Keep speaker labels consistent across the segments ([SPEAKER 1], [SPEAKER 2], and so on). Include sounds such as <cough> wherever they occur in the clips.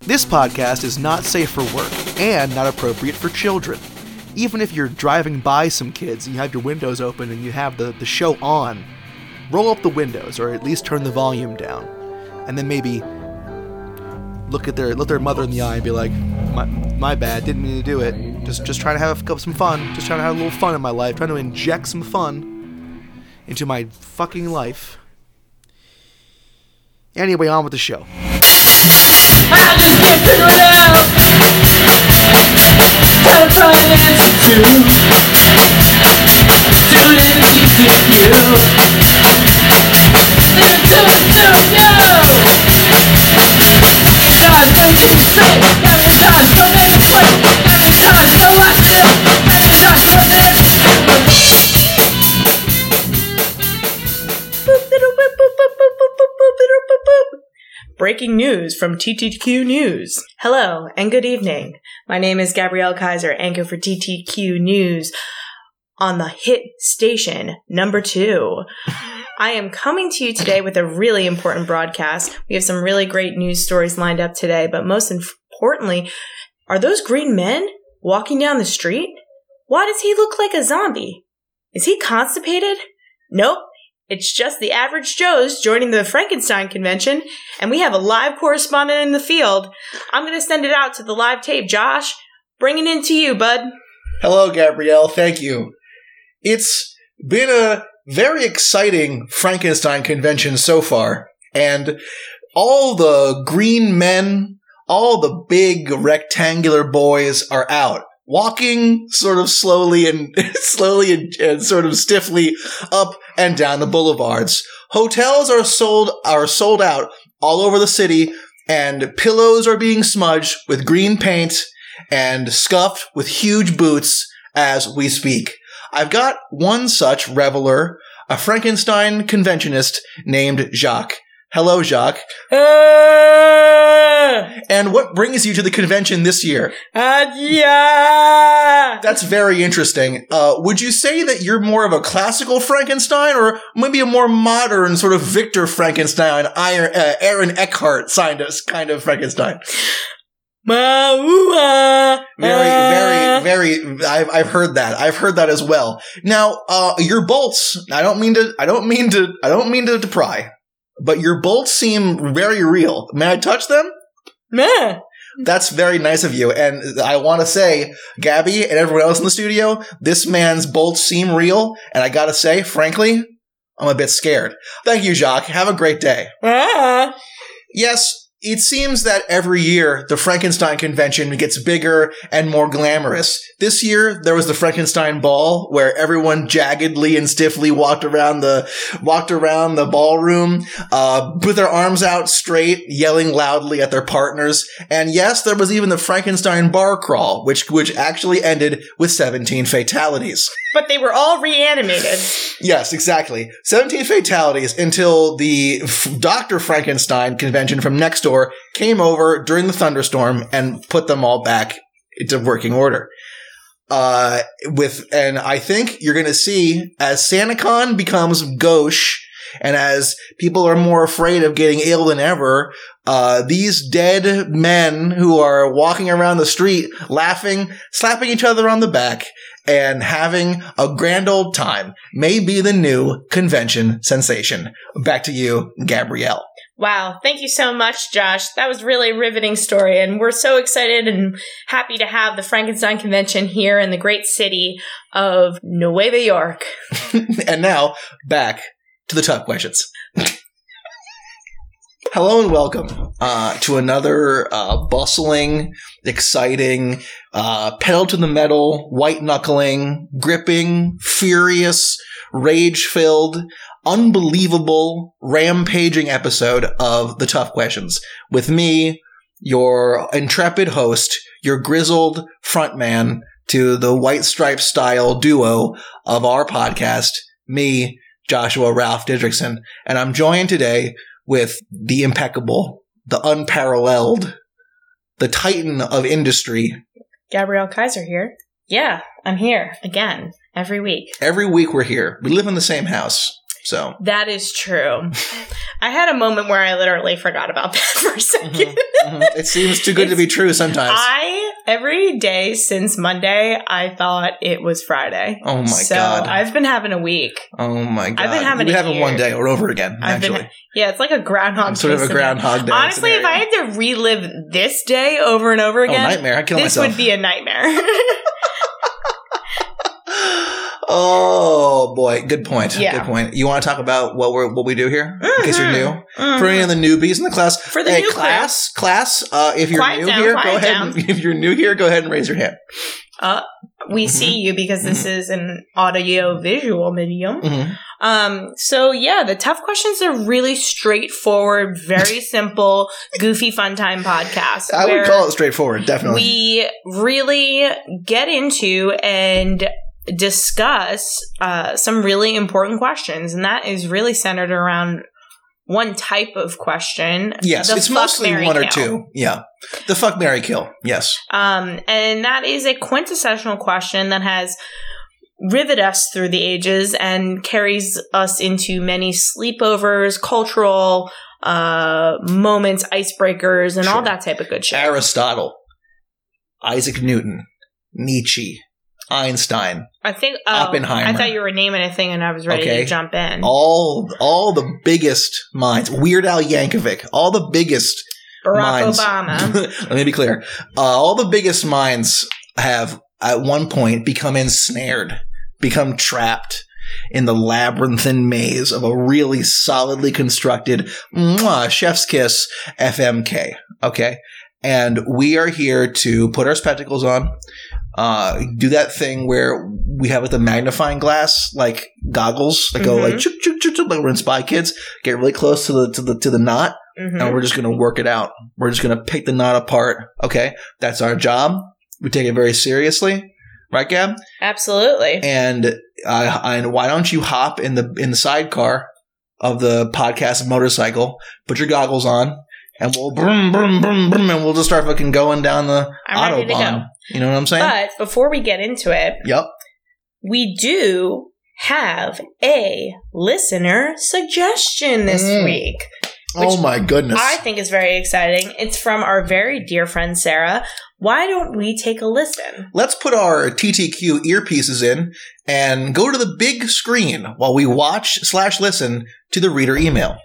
[SPEAKER 1] This podcast is not safe for work and not appropriate for children. Even if you're driving by some kids and you have your windows open and you have the, the show on, roll up the windows or at least turn the volume down. And then maybe look at their look their mother in the eye and be like, my, my bad, didn't mean to do it. Just just trying to have a- some fun. Just trying to have a little fun in my life. Trying to inject some fun into my fucking life. Anyway, on with the show.
[SPEAKER 2] Breaking news from TTQ News. Hello and good evening. My name is Gabrielle Kaiser, anchor for TTQ News on the hit station number two. I am coming to you today with a really important broadcast. We have some really great news stories lined up today, but most importantly, are those green men walking down the street? Why does he look like a zombie? Is he constipated? Nope. It's just the average Joe's joining the Frankenstein convention, and we have a live correspondent in the field. I'm going to send it out to the live tape, Josh. Bring it in to you, bud.
[SPEAKER 3] Hello, Gabrielle. Thank you. It's been a very exciting Frankenstein convention so far, and all the green men, all the big rectangular boys are out. Walking sort of slowly and <laughs> slowly and, and sort of stiffly up and down the boulevards. Hotels are sold are sold out all over the city, and pillows are being smudged with green paint and scuffed with huge boots as we speak. I've got one such reveler, a Frankenstein conventionist named Jacques. Hello, Jacques.
[SPEAKER 2] Ah,
[SPEAKER 3] And what brings you to the convention this year?
[SPEAKER 2] ah, yeah.
[SPEAKER 3] That's very interesting. Uh, would you say that you're more of a classical Frankenstein or maybe a more modern sort of Victor Frankenstein, Iron, uh, Aaron Eckhart signed us kind of Frankenstein?
[SPEAKER 2] Ma, ooh, ah, ah.
[SPEAKER 3] Very, very, very. I've, I've heard that. I've heard that as well. Now, uh, your bolts. I don't mean to. I don't mean to. I don't mean to, to pry, but your bolts seem very real. May I touch them?
[SPEAKER 2] Ma.
[SPEAKER 3] That's very nice of you. And I want to say, Gabby and everyone else in the studio, this man's bolts seem real. And I gotta say, frankly, I'm a bit scared. Thank you, Jacques. Have a great day.
[SPEAKER 2] Ah.
[SPEAKER 3] Yes, it seems that every year the Frankenstein convention gets bigger and more glamorous. This year there was the Frankenstein ball where everyone jaggedly and stiffly walked around the walked around the ballroom uh, with their arms out straight, yelling loudly at their partners. And yes, there was even the Frankenstein bar crawl, which which actually ended with 17 fatalities.
[SPEAKER 2] But they were all reanimated.
[SPEAKER 3] Yes, exactly. 17 fatalities until the F- Dr. Frankenstein convention from next door came over during the thunderstorm and put them all back into working order. Uh, with, and I think you're going to see as SantaCon becomes gauche and as people are more afraid of getting ill than ever, uh, these dead men who are walking around the street laughing, slapping each other on the back, and having a grand old time may be the new convention sensation. Back to you, Gabrielle.
[SPEAKER 2] Wow. Thank you so much, Josh. That was really a riveting story. And we're so excited and happy to have the Frankenstein convention here in the great city of Nueva York.
[SPEAKER 3] <laughs> And now, back to the top questions. Hello and welcome uh, to another uh, bustling, exciting, uh, pedal to the metal, white knuckling, gripping, furious, rage filled, unbelievable, rampaging episode of The Tough Questions with me, your intrepid host, your grizzled frontman to the white stripe style duo of our podcast, me, Joshua Ralph Didrikson, and I'm joined today with the impeccable, the unparalleled, the titan of industry.
[SPEAKER 2] Gabrielle Kaiser here. Yeah, I'm here again every week.
[SPEAKER 3] Every week we're here. We live in the same house.
[SPEAKER 2] <laughs>
[SPEAKER 4] So
[SPEAKER 2] That is true. I had a moment where I literally forgot about that <laughs> for a 2nd
[SPEAKER 4] Mm-hmm. it seems too good to be true sometimes.
[SPEAKER 2] I every day since Monday, I thought it was Friday.
[SPEAKER 4] oh my
[SPEAKER 2] so
[SPEAKER 4] god.
[SPEAKER 2] I've been having a week.
[SPEAKER 4] oh my god.
[SPEAKER 2] having
[SPEAKER 4] we
[SPEAKER 2] a
[SPEAKER 4] have it
[SPEAKER 2] year.
[SPEAKER 4] one day or over again.
[SPEAKER 2] I've been-
[SPEAKER 4] actually,
[SPEAKER 2] Yeah, it's like a groundhog.
[SPEAKER 4] sort of
[SPEAKER 2] Day
[SPEAKER 4] a
[SPEAKER 2] scenario.
[SPEAKER 4] groundhog day.
[SPEAKER 2] Honestly, if I
[SPEAKER 4] scenario.
[SPEAKER 2] had to relive this day over and over
[SPEAKER 4] oh
[SPEAKER 2] again,
[SPEAKER 4] nightmare, I kill
[SPEAKER 2] this
[SPEAKER 4] myself.
[SPEAKER 2] would be a nightmare. <laughs>
[SPEAKER 4] oh boy, good point.
[SPEAKER 2] Yeah.
[SPEAKER 4] Good point. You want to talk about what we are what we do here in case you're new?
[SPEAKER 2] Mhm. Mhm.
[SPEAKER 4] For any of the newbies in the class,
[SPEAKER 2] For the
[SPEAKER 4] hey,
[SPEAKER 2] new
[SPEAKER 4] class, class. Uh, if you're
[SPEAKER 2] Quiet
[SPEAKER 4] new
[SPEAKER 2] down,
[SPEAKER 4] here,
[SPEAKER 2] quiet
[SPEAKER 4] go ahead.
[SPEAKER 2] down.
[SPEAKER 4] And, <laughs> if you're new here, go ahead and raise your hand.
[SPEAKER 2] we
[SPEAKER 4] Mm-hmm.
[SPEAKER 2] see you because this is an audio visual medium.
[SPEAKER 4] Mhm.
[SPEAKER 2] Um, so yeah, the tough questions are really straightforward, very <laughs> simple, goofy fun time podcast.
[SPEAKER 4] I
[SPEAKER 2] where
[SPEAKER 4] would call it straightforward, definitely.
[SPEAKER 2] we really get into and discuss uh, some really important questions, and that is really centered around one type of question.
[SPEAKER 4] yes,
[SPEAKER 2] the
[SPEAKER 4] it's
[SPEAKER 2] fuck,
[SPEAKER 4] mostly
[SPEAKER 2] marry,
[SPEAKER 4] one or
[SPEAKER 2] kill.
[SPEAKER 4] two. Yeah, the fuck Mary kill. Yes.
[SPEAKER 2] Um, and that is a quintessential question that has riveted us through the ages and carries us into many sleepovers, cultural uh, moments, icebreakers, and all
[SPEAKER 4] Sure.
[SPEAKER 2] that type of good shit.
[SPEAKER 4] Aristotle, Isaac Newton, Nietzsche, Einstein,
[SPEAKER 2] I think oh,
[SPEAKER 4] Oppenheimer.
[SPEAKER 2] I thought you were naming a thing, and I was ready
[SPEAKER 4] Okay.
[SPEAKER 2] to jump in.
[SPEAKER 4] all all the biggest minds. Weird Al Yankovic, all the biggest
[SPEAKER 2] Barack
[SPEAKER 4] minds. <laughs>
[SPEAKER 2] Obama.
[SPEAKER 4] Let me be clear. Uh, all the biggest minds have at one point become ensnared, become trapped in the labyrinthine maze of a really solidly constructed mwah, chef's kiss FMK. Okay. And we are here to put our spectacles on, uh, do that thing where we have like the magnifying glass, like goggles that go like,
[SPEAKER 2] Mhm.
[SPEAKER 4] chook, chook, chook, chook, like we're in Spy Kids, get really close to the, to the, to the knot
[SPEAKER 2] Mhm.
[SPEAKER 4] and we're just going to work it out. We're just going to pick the knot apart. Okay. That's our job. We take it very seriously. Right, Gab?
[SPEAKER 2] Absolutely.
[SPEAKER 4] And, uh, and why don't you hop in the, in the sidecar of the podcast motorcycle, put your goggles on and we'll brum, brum, brum, brum, and we'll just start fucking going down the
[SPEAKER 2] I'm ready to
[SPEAKER 4] Autobahn.
[SPEAKER 2] go.
[SPEAKER 4] You know what I'm saying?
[SPEAKER 2] But before we get into it,
[SPEAKER 4] yep.
[SPEAKER 2] we do have a listener suggestion this
[SPEAKER 4] Mm.
[SPEAKER 2] week.
[SPEAKER 4] oh my goodness.
[SPEAKER 2] I think is very exciting. It's from our very dear friend Sarah. Why don't we take a listen?
[SPEAKER 4] Let's put our TTQ earpieces in and go to the big screen while we watch slash listen to the reader email.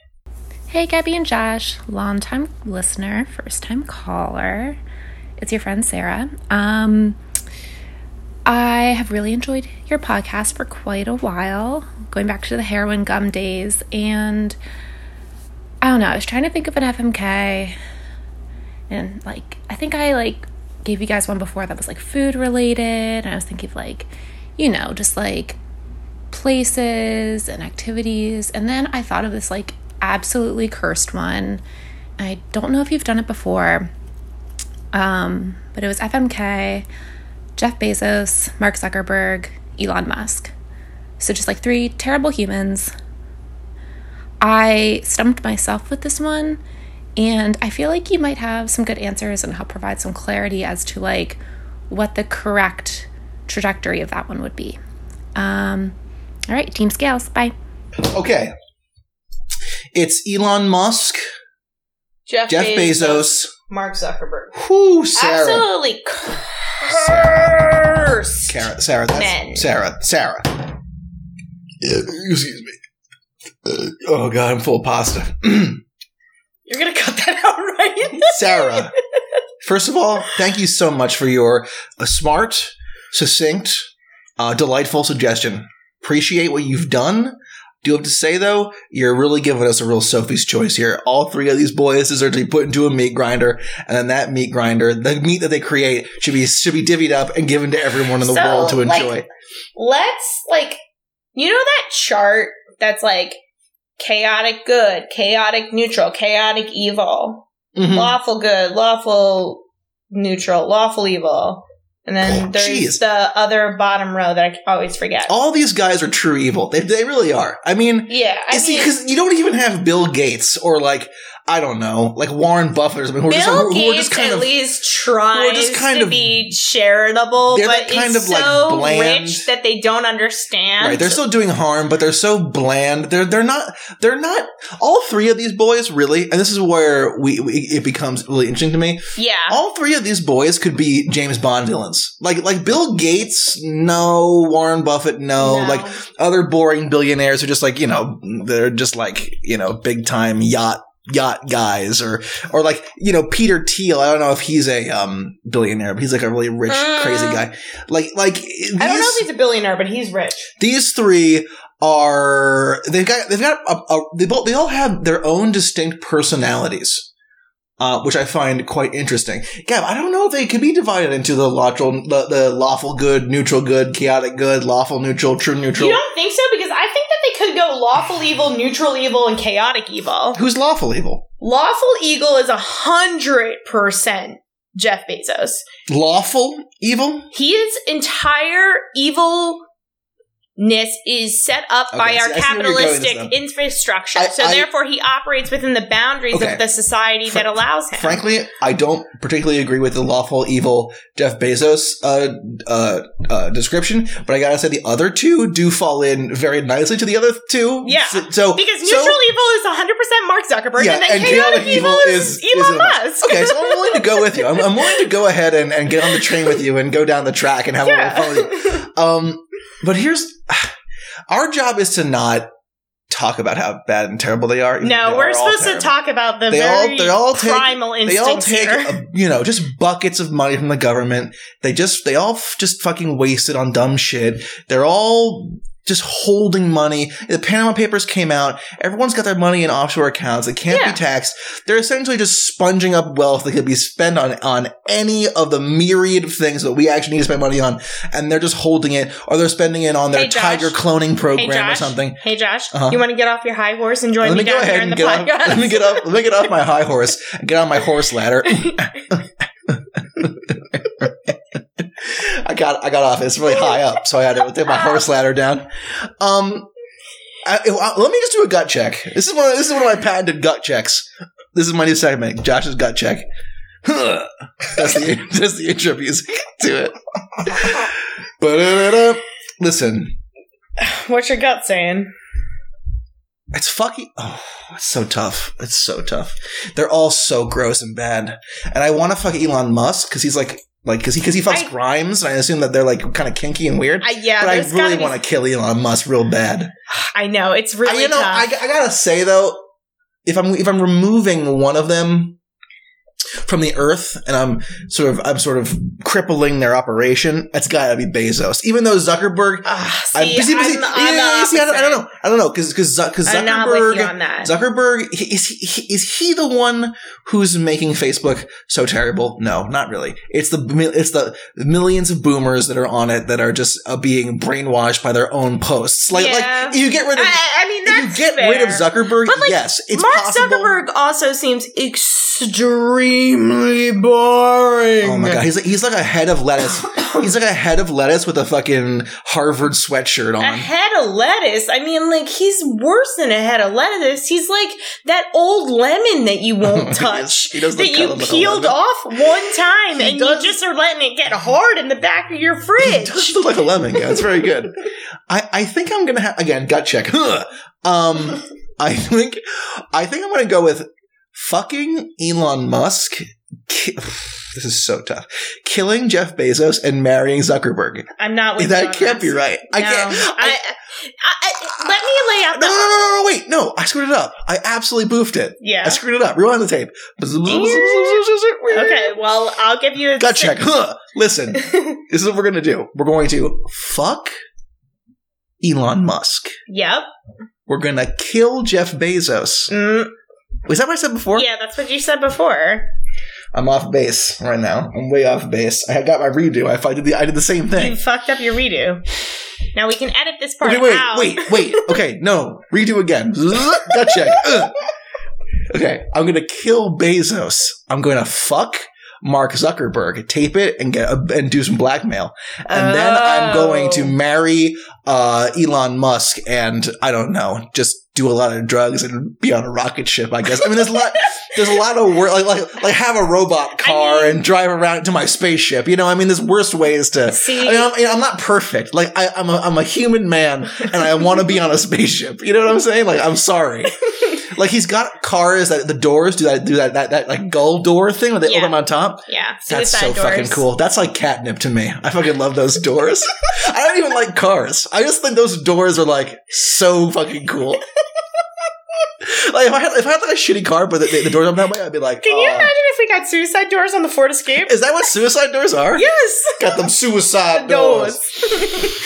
[SPEAKER 5] Hey, Gabby and Josh, longtime listener, first time caller. It's your friend Sarah. Um, I have really enjoyed your podcast for quite a while, going back to the heroin gum days. And I don't know, I was trying to think of an FMK. And like, I think I like gave you guys one before that was like food related. And I was thinking of like, you know, just like places and activities. And then I thought of this like absolutely cursed one. I don't know if you've done it before, um, but it was FMK, Jeff Bezos, Mark Zuckerberg, Elon Musk. So just like three terrible humans. I stumped myself with this one, and I feel like you might have some good answers and help provide some clarity as to like what the correct trajectory of that one would be. Um, all right, team scales. Bye.
[SPEAKER 4] Okay. It's Elon Musk, Jeff Bezos,
[SPEAKER 2] Mark Zuckerberg.
[SPEAKER 4] whoo, Sarah.
[SPEAKER 2] Absolutely
[SPEAKER 4] Sarah.
[SPEAKER 2] cursed.
[SPEAKER 4] Sarah, Sarah, that's
[SPEAKER 2] Men.
[SPEAKER 4] Sarah, Sarah. Uh, Excuse me. Uh, Oh god, I'm full of pasta. <clears throat>
[SPEAKER 2] You're gonna cut that <laughs> out, right?
[SPEAKER 4] Sarah, first of all, thank you so much for your uh, smart, succinct, uh, delightful suggestion. Appreciate what you've done. Do have to say though, you're really giving us a real Sophie's choice here. All three of these boys deserve to be put into a meat grinder, and then that meat grinder, the meat that they create, should be should be divvied up and given to everyone in the
[SPEAKER 2] So,
[SPEAKER 4] world to
[SPEAKER 2] like-
[SPEAKER 4] enjoy.
[SPEAKER 2] Let's like, you know that chart that's like chaotic good, chaotic neutral, chaotic evil,
[SPEAKER 4] Mhm.
[SPEAKER 2] lawful good, lawful neutral, lawful evil. And then
[SPEAKER 4] Oh,
[SPEAKER 2] there's
[SPEAKER 4] jeez. Oh,
[SPEAKER 2] the other bottom row that I always forget.
[SPEAKER 4] All these guys are true evil. They, they really are. I mean,
[SPEAKER 2] yeah, I
[SPEAKER 4] see,
[SPEAKER 2] mean,
[SPEAKER 4] because you don't even have Bill Gates or like I don't know, like Warren Butlers. I mean, who are just,
[SPEAKER 2] Bill
[SPEAKER 4] who- who are
[SPEAKER 2] Gates
[SPEAKER 4] just kind
[SPEAKER 2] at
[SPEAKER 4] of
[SPEAKER 2] least tries
[SPEAKER 4] just kind
[SPEAKER 2] to
[SPEAKER 4] of-
[SPEAKER 2] be charitable,
[SPEAKER 4] they're
[SPEAKER 2] but
[SPEAKER 4] that kind
[SPEAKER 2] it's
[SPEAKER 4] of, like,
[SPEAKER 2] so
[SPEAKER 4] bland-
[SPEAKER 2] rich that they don't understand.
[SPEAKER 4] right. They're still doing harm, but they're so bland. They're they're not they're not all three of these boys really. And this is where we, we it becomes really interesting to me.
[SPEAKER 2] yeah.
[SPEAKER 4] All three of these boys could be James Bond villains. Like like Bill Gates, no. Warren Buffett, no.
[SPEAKER 2] No.
[SPEAKER 4] Oh, Like other boring billionaires are just like you know they're just like you know big time yacht yacht guys or or like you know Peter Thiel. I don't know if he's a um billionaire, but he's like a really rich
[SPEAKER 2] Mm.
[SPEAKER 4] crazy guy. Like like these,
[SPEAKER 2] I don't know if he's a billionaire, but he's rich.
[SPEAKER 4] these three are they've got they've got a, a, they both they all have their own distinct personalities. Uh, which I find quite interesting. Gab, I don't know if they could be divided into the lawful, the, the lawful good, neutral good, chaotic good, lawful neutral, true neutral.
[SPEAKER 2] You don't think so? Because I think that they could go lawful evil, neutral evil, and chaotic evil.
[SPEAKER 4] Who's lawful evil?
[SPEAKER 2] Lawful evil is a hundred percent Jeff Bezos.
[SPEAKER 4] Lawful evil?
[SPEAKER 2] His entire evilness is set up
[SPEAKER 4] Okay,
[SPEAKER 2] by
[SPEAKER 4] I see-
[SPEAKER 2] our
[SPEAKER 4] I see where you're going with this
[SPEAKER 2] capitalistic
[SPEAKER 4] now.
[SPEAKER 2] infrastructure.
[SPEAKER 4] I-
[SPEAKER 2] so
[SPEAKER 4] I-
[SPEAKER 2] therefore he operates within the boundaries
[SPEAKER 4] Okay.
[SPEAKER 2] of the society
[SPEAKER 4] Fra-
[SPEAKER 2] that allows him.
[SPEAKER 4] Frankly, I don't particularly agree with the lawful evil Jeff Bezos uh, uh, uh, description, but I gotta say the other two do fall in very nicely to the other two.
[SPEAKER 2] Yeah.
[SPEAKER 4] So, so-
[SPEAKER 2] because
[SPEAKER 4] so-
[SPEAKER 2] neutral evil is 100% Mark Zuckerberg,
[SPEAKER 4] Yeah,
[SPEAKER 2] and then
[SPEAKER 4] and
[SPEAKER 2] chaotic,
[SPEAKER 4] chaotic
[SPEAKER 2] evil,
[SPEAKER 4] evil
[SPEAKER 2] is,
[SPEAKER 4] is-
[SPEAKER 2] Elon
[SPEAKER 4] is-
[SPEAKER 2] Musk.
[SPEAKER 4] Okay, so I'm willing to go with you. I'm, I'm willing to go ahead and, and get on the train with you and go down the track and have a little fun with you.
[SPEAKER 2] yeah.
[SPEAKER 4] Um, but here's <sighs> our job is to not talk about how bad and terrible they are. even though
[SPEAKER 2] <laughs> No,
[SPEAKER 4] they
[SPEAKER 2] we're
[SPEAKER 4] are all
[SPEAKER 2] supposed to
[SPEAKER 4] terrible.
[SPEAKER 2] talk about the
[SPEAKER 4] They all-
[SPEAKER 2] very
[SPEAKER 4] they all take-
[SPEAKER 2] primal
[SPEAKER 4] they all
[SPEAKER 2] instincts <laughs>
[SPEAKER 4] take
[SPEAKER 2] here.
[SPEAKER 4] uh, you know just buckets of money from the government they just they all f- just fucking waste it on dumb shit they're all just holding money the panama papers came out everyone's got their money in offshore accounts it can't
[SPEAKER 2] Yeah.
[SPEAKER 4] be taxed they're essentially just sponging up wealth that could be spent on on any of the myriad of things that we actually need to spend money on and they're just holding it or they're spending it on their
[SPEAKER 2] Hey, Josh.
[SPEAKER 4] tiger cloning
[SPEAKER 2] Hey
[SPEAKER 4] program
[SPEAKER 2] Josh,
[SPEAKER 4] or something
[SPEAKER 2] Hey Josh,
[SPEAKER 4] Uh-huh.
[SPEAKER 2] you want to get off your high horse and join
[SPEAKER 4] let
[SPEAKER 2] me
[SPEAKER 4] me go
[SPEAKER 2] down here in
[SPEAKER 4] ahead and
[SPEAKER 2] the
[SPEAKER 4] get off.
[SPEAKER 2] podcast?
[SPEAKER 4] Let me get off. Let me get off my high horse and get on my horse ladder. <laughs> I got I got off. It's really high up, so I had to take my horse ladder down. Um, I- I- let me just do a gut check. This is one. Of, this is one of my patented gut checks. This is my new segment, Josh's gut check. <laughs> Huh. That's the that's the intro music to it. <laughs> Ba-da-da-da. Listen,
[SPEAKER 2] <laughs> What's your gut saying?
[SPEAKER 4] it's fucking. Oh, it's so tough. It's so tough. They're all so gross and bad. And I want to fuck Elon Musk because he's like, like, because he because he fucks
[SPEAKER 2] I-
[SPEAKER 4] Grimes, and I assume that they're like kind of kinky and weird.
[SPEAKER 2] I, yeah,
[SPEAKER 4] but I
[SPEAKER 2] there's gotta
[SPEAKER 4] really
[SPEAKER 2] be-
[SPEAKER 4] want to kill Elon Musk real bad.
[SPEAKER 2] I know it's
[SPEAKER 4] I,
[SPEAKER 2] really
[SPEAKER 4] you know,
[SPEAKER 2] tough.
[SPEAKER 4] I, I gotta say though, if I'm if I'm removing one of them from the earth and I'm sort of I'm sort of crippling their operation, it's gotta be Bezos. Even though Zuckerberg,
[SPEAKER 2] Ugh,
[SPEAKER 4] I'm-
[SPEAKER 2] Ah, see,
[SPEAKER 4] see,
[SPEAKER 2] I'm,
[SPEAKER 4] see,
[SPEAKER 2] the-
[SPEAKER 4] yeah,
[SPEAKER 2] I'm the
[SPEAKER 4] yeah, see, I don't I don't
[SPEAKER 2] opposite.
[SPEAKER 4] know, I don't know, because because Zuckerberg.
[SPEAKER 2] I'm not with you on that.
[SPEAKER 4] Zuckerberg he- is he, he- is he the one who's making Facebook so terrible? No, not really. It's the mi- it's the millions of boomers that are on it that are just uh, being brainwashed by their own posts. Like
[SPEAKER 2] Yeah.
[SPEAKER 4] like you get rid of
[SPEAKER 2] I, I mean,
[SPEAKER 4] if you
[SPEAKER 2] that's
[SPEAKER 4] get
[SPEAKER 2] fair.
[SPEAKER 4] rid of Zuckerberg,
[SPEAKER 2] But, like,
[SPEAKER 4] yes, it's
[SPEAKER 2] Mark
[SPEAKER 4] possible.
[SPEAKER 2] Zuckerberg also seems extremely boring.
[SPEAKER 4] Oh my god, he's like, he's like a head of lettuce. he's like a head of lettuce with a fucking Harvard sweatshirt
[SPEAKER 2] A <laughs>
[SPEAKER 4] on.
[SPEAKER 2] head of lettuce. I mean, like he's worse than a head of lettuce. He's like that old lemon that you won't touch,
[SPEAKER 4] <laughs> He does look
[SPEAKER 2] that
[SPEAKER 4] kinda
[SPEAKER 2] you
[SPEAKER 4] like a
[SPEAKER 2] peeled
[SPEAKER 4] lemon.
[SPEAKER 2] off one time,
[SPEAKER 4] He
[SPEAKER 2] and
[SPEAKER 4] does-
[SPEAKER 2] you just are letting it get hard in the back of your fridge.
[SPEAKER 4] Just look like a lemon. Yeah, it's very good. I, I think I'm gonna have again gut check. <laughs> Huh. Um, I think I think I'm gonna go with fucking Elon Musk. Ki- <sighs> this is so tough. Killing Jeff Bezos and marrying Zuckerberg.
[SPEAKER 2] I'm not with you
[SPEAKER 4] That
[SPEAKER 2] on
[SPEAKER 4] can't be
[SPEAKER 2] this.
[SPEAKER 4] right. I
[SPEAKER 2] No.
[SPEAKER 4] can't.
[SPEAKER 2] I, I, I- let me lay out
[SPEAKER 4] no, no,
[SPEAKER 2] the.
[SPEAKER 4] no, no, no, wait. No, I screwed it up. I absolutely boofed it. I
[SPEAKER 2] Yeah.
[SPEAKER 4] screwed it up. Rewind the tape. <laughs>
[SPEAKER 2] Okay. Well, I'll give you. a <laughs>
[SPEAKER 4] Gut check. Huh. Listen, this is what we're going to do. We're going to fuck Elon Musk.
[SPEAKER 2] Yep.
[SPEAKER 4] We're going to kill Jeff Bezos.
[SPEAKER 2] Mm,
[SPEAKER 4] Was that what I said before?
[SPEAKER 2] yeah, that's what you said before.
[SPEAKER 4] I'm off base right now. I'm way off base. I got my redo. I, I, did, the, I did the same
[SPEAKER 2] You
[SPEAKER 4] thing.
[SPEAKER 2] fucked up your redo. Now we can edit this part
[SPEAKER 4] Okay, wait,
[SPEAKER 2] out.
[SPEAKER 4] wait, wait. Okay, no. Redo
[SPEAKER 2] <laughs>
[SPEAKER 4] again. Gut check. Ugh. Okay, I'm going to kill Bezos. I'm going to fuck Mark Zuckerberg, tape it, and get a, and do some blackmail. and then I'm going to
[SPEAKER 2] Oh.
[SPEAKER 4] marry uh, Elon Musk, and I don't know, just do a lot of drugs and be on a rocket ship. I guess. I mean, there's
[SPEAKER 2] <laughs>
[SPEAKER 4] a lot. There's a lot of wor- like like like have a robot car and drive around to my spaceship. You know, I mean, there's worse ways to.
[SPEAKER 2] See-
[SPEAKER 4] I mean, I'm, you know, I'm not perfect. Like I, I'm a I'm a human man, and I want to be on a spaceship. You know what I'm saying? Like
[SPEAKER 2] <laughs>
[SPEAKER 4] I'm sorry. Like he's got cars that the doors do that do that that, that like gull door thing where they
[SPEAKER 2] Yeah.
[SPEAKER 4] open them on top.
[SPEAKER 2] Yeah.
[SPEAKER 4] That's so
[SPEAKER 2] Suicide
[SPEAKER 4] fucking
[SPEAKER 2] doors.
[SPEAKER 4] cool. That's like catnip to me. I fucking love those doors. I don't even like cars. I just think those doors are like so fucking cool. <laughs> like if I had if I had like a shitty car, but the, the doors open that way, I'd be like,
[SPEAKER 2] Can you
[SPEAKER 4] "Aw."
[SPEAKER 2] imagine if we got suicide doors on the Ford Escape?
[SPEAKER 4] is that what suicide doors are?
[SPEAKER 2] yes.
[SPEAKER 4] Got them suicide doors.
[SPEAKER 2] Doors. <laughs>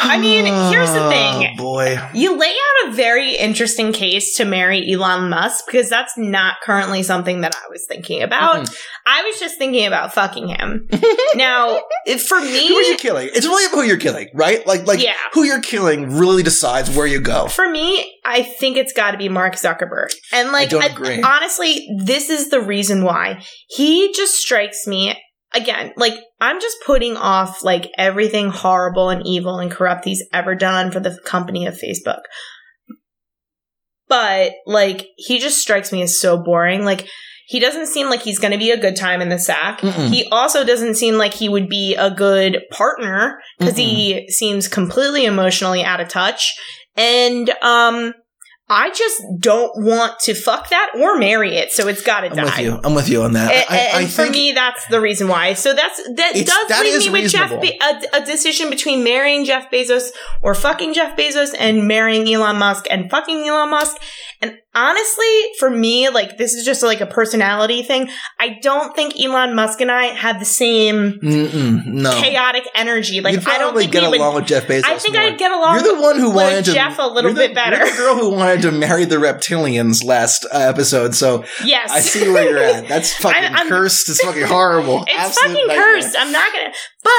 [SPEAKER 2] I mean, here's the thing.
[SPEAKER 4] Oh, boy.
[SPEAKER 2] You lay out a very interesting case to marry Elon Musk because that's not currently something that I was thinking about. I was just thinking about fucking
[SPEAKER 4] <laughs>
[SPEAKER 2] him. now, if- for
[SPEAKER 4] Who are you
[SPEAKER 2] me,
[SPEAKER 4] killing? It's really about who you're killing, right? Like like
[SPEAKER 2] Yeah.
[SPEAKER 4] who you're killing really decides where you go.
[SPEAKER 2] for me, I think it's got to be Mark Zuckerberg. And like,
[SPEAKER 4] don't agree.
[SPEAKER 2] honestly, this is the reason why he just strikes me again. Like, I'm just putting off like everything horrible and evil and corrupt he's ever done for the company of Facebook. But like, he just strikes me as so boring. Like. He doesn't seem like he's going to be a good time in the sack.
[SPEAKER 4] Mm-mm.
[SPEAKER 2] He also doesn't seem like he would be a good partner because
[SPEAKER 4] Mm-hmm.
[SPEAKER 2] he seems completely emotionally out of touch. And um I just don't want to fuck that or marry it, so it's gotta
[SPEAKER 4] I'm
[SPEAKER 2] die.
[SPEAKER 4] with you. I'm with you on that.
[SPEAKER 2] A- a-
[SPEAKER 4] I, I, I
[SPEAKER 2] and for
[SPEAKER 4] think
[SPEAKER 2] me, that's the reason why. So that's that
[SPEAKER 4] It's-
[SPEAKER 2] does
[SPEAKER 4] that
[SPEAKER 2] leave
[SPEAKER 4] is
[SPEAKER 2] me with Jeff
[SPEAKER 4] reasonable.
[SPEAKER 2] Be- a, a decision between marrying Jeff Bezos or fucking Jeff Bezos and marrying Elon Musk and fucking Elon Musk. And honestly, for me, like this is just like a personality thing. I don't think Elon Musk and I have the same
[SPEAKER 4] Mm-mm, no.
[SPEAKER 2] chaotic energy. Like
[SPEAKER 4] You'd
[SPEAKER 2] I don't
[SPEAKER 4] Oh. probably
[SPEAKER 2] think
[SPEAKER 4] get
[SPEAKER 2] we would.
[SPEAKER 4] along with Jeff Bezos.
[SPEAKER 2] I think
[SPEAKER 4] more.
[SPEAKER 2] I'd get along.
[SPEAKER 4] You're the one who
[SPEAKER 2] with
[SPEAKER 4] wanted to
[SPEAKER 2] Jeff a little
[SPEAKER 4] you're the-
[SPEAKER 2] bit better.
[SPEAKER 4] You're the girl who wanted to marry the reptilians last uh, episode, so
[SPEAKER 2] yes,
[SPEAKER 4] I see where
[SPEAKER 2] <laughs>
[SPEAKER 4] you're at. That's fucking
[SPEAKER 2] I'm-
[SPEAKER 4] cursed. It's
[SPEAKER 2] <laughs>
[SPEAKER 4] fucking horrible.
[SPEAKER 2] It's
[SPEAKER 4] Absolute
[SPEAKER 2] fucking
[SPEAKER 4] nightmare.
[SPEAKER 2] cursed. I'm not gonna. But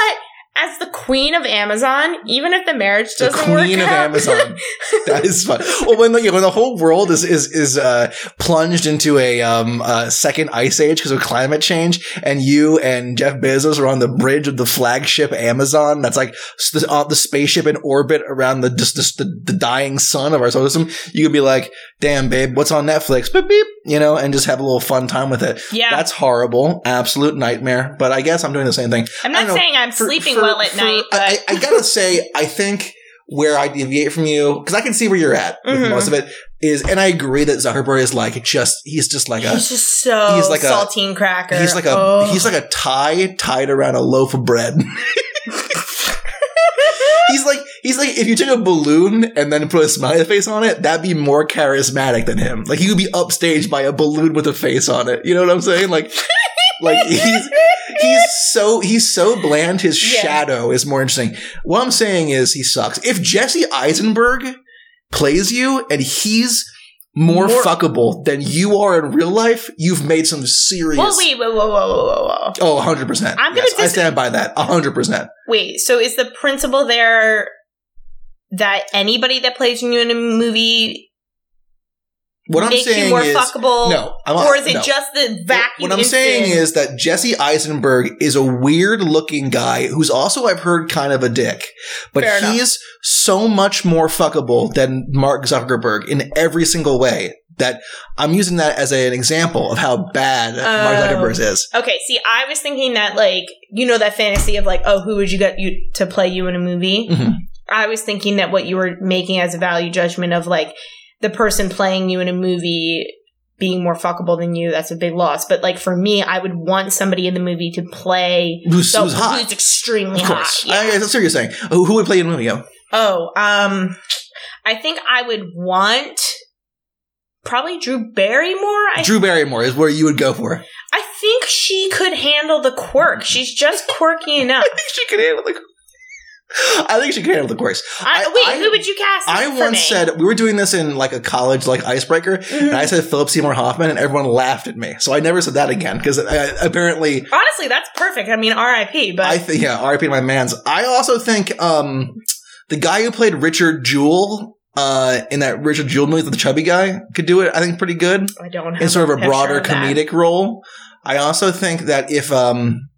[SPEAKER 2] as the queen of Amazon, even if the marriage
[SPEAKER 4] The
[SPEAKER 2] doesn't work
[SPEAKER 4] queen of
[SPEAKER 2] out, <laughs>
[SPEAKER 4] Amazon. that is fun. Well, when the, yeah, when the whole world is is is uh, plunged into a um, uh, second ice age because of climate change, and you and Jeff Bezos are on the bridge of the flagship Amazon, that's like s- the, uh, the spaceship in orbit around the just, just the, the dying sun of our solar system. You could be like, "Damn, babe, what's on Netflix?" Beep beep, you know, and just have a little fun time with it.
[SPEAKER 2] yeah,
[SPEAKER 4] That's horrible, absolute nightmare. But I guess I'm doing the same thing.
[SPEAKER 2] I'm
[SPEAKER 4] I
[SPEAKER 2] not
[SPEAKER 4] don't know.
[SPEAKER 2] saying I'm
[SPEAKER 4] For-
[SPEAKER 2] sleeping
[SPEAKER 4] for-
[SPEAKER 2] well at
[SPEAKER 4] for-
[SPEAKER 2] night, but
[SPEAKER 4] I, I, I gotta say, I think where I deviate from you because I can see where you're at with
[SPEAKER 2] Mhm.
[SPEAKER 4] most of it is, and I agree that Zuckerberg is like just he's just like a
[SPEAKER 2] he's just so
[SPEAKER 4] He's like a-
[SPEAKER 2] saltine cracker.
[SPEAKER 4] he's like a
[SPEAKER 2] Oh.
[SPEAKER 4] he's like a tie tied around a loaf of bread. <laughs> he's like he's like if you took a balloon and then put a smiley face on it, that'd be more charismatic than him. Like he could be upstaged by a balloon with a face on it. You know what I'm saying? Like like he's he's so he's so bland. His
[SPEAKER 2] Yeah.
[SPEAKER 4] shadow is more interesting. What I'm saying is he sucks. If Jesse Eisenberg plays you and he's more,
[SPEAKER 2] More-
[SPEAKER 4] fuckable than you are in real life, you've made some serious.
[SPEAKER 2] Well, wait, whoa, whoa, whoa, whoa, whoa, whoa.
[SPEAKER 4] Oh, 100%.
[SPEAKER 2] I'm gonna
[SPEAKER 4] yes, I
[SPEAKER 2] dis-
[SPEAKER 4] stand by that. 100%.
[SPEAKER 2] Wait, so is the principle there that anybody that plays you in a movie
[SPEAKER 4] What I'm
[SPEAKER 2] makes you
[SPEAKER 4] saying
[SPEAKER 2] more
[SPEAKER 4] is
[SPEAKER 2] fuckable?
[SPEAKER 4] no, I'm
[SPEAKER 2] or is it
[SPEAKER 4] no.
[SPEAKER 2] just the vacuum?
[SPEAKER 4] What I'm
[SPEAKER 2] instant-
[SPEAKER 4] saying is that Jesse Eisenberg is a weird looking guy who's also, I've heard, kind of a dick. But
[SPEAKER 2] Fair enough.
[SPEAKER 4] he's so much more fuckable than Mark Zuckerberg in every single way that I'm using that as an example of how bad
[SPEAKER 2] Oh.
[SPEAKER 4] Mark Zuckerberg is.
[SPEAKER 2] Okay, see, I was thinking that like you know that fantasy of like, oh, who would you get you to play you in a movie?
[SPEAKER 4] Mhm.
[SPEAKER 2] I was thinking that what you were making as a value judgment of like the person playing you in a movie being more fuckable than you, that's a big loss. But like for me, I would want somebody in the movie to play
[SPEAKER 4] Who's,
[SPEAKER 2] the-
[SPEAKER 4] who's hot?
[SPEAKER 2] who's extremely
[SPEAKER 4] of course.
[SPEAKER 2] hot. Yeah.
[SPEAKER 4] I, I- that's what you're saying. Who, who would play in a movie? Yeah.
[SPEAKER 2] Oh, um, I think I would want probably Drew Barrymore. I
[SPEAKER 4] Drew Barrymore is where you would go for.
[SPEAKER 2] I think she could handle the quirk. She's just quirky enough.
[SPEAKER 4] I think she can handle the. I think she can handle the course.
[SPEAKER 2] I,
[SPEAKER 4] I-
[SPEAKER 2] wait,
[SPEAKER 4] I-
[SPEAKER 2] who would you cast?
[SPEAKER 4] I
[SPEAKER 2] for
[SPEAKER 4] once
[SPEAKER 2] me?
[SPEAKER 4] said we were doing this in like a college like icebreaker,
[SPEAKER 2] Mhm.
[SPEAKER 4] and I said Philip Seymour Hoffman, and everyone laughed at me. So I never said that again because apparently
[SPEAKER 2] Honestly, that's perfect. I mean, R.I.P. But
[SPEAKER 4] I think yeah, RIP to my man's. I also think um the guy who played Richard Jewell uh in that Richard Jewell movie, the chubby guy, could do it. I think pretty good
[SPEAKER 2] I don't. Have
[SPEAKER 4] in sort of a
[SPEAKER 2] picture
[SPEAKER 4] broader
[SPEAKER 2] that.
[SPEAKER 4] comedic role. I also think that if um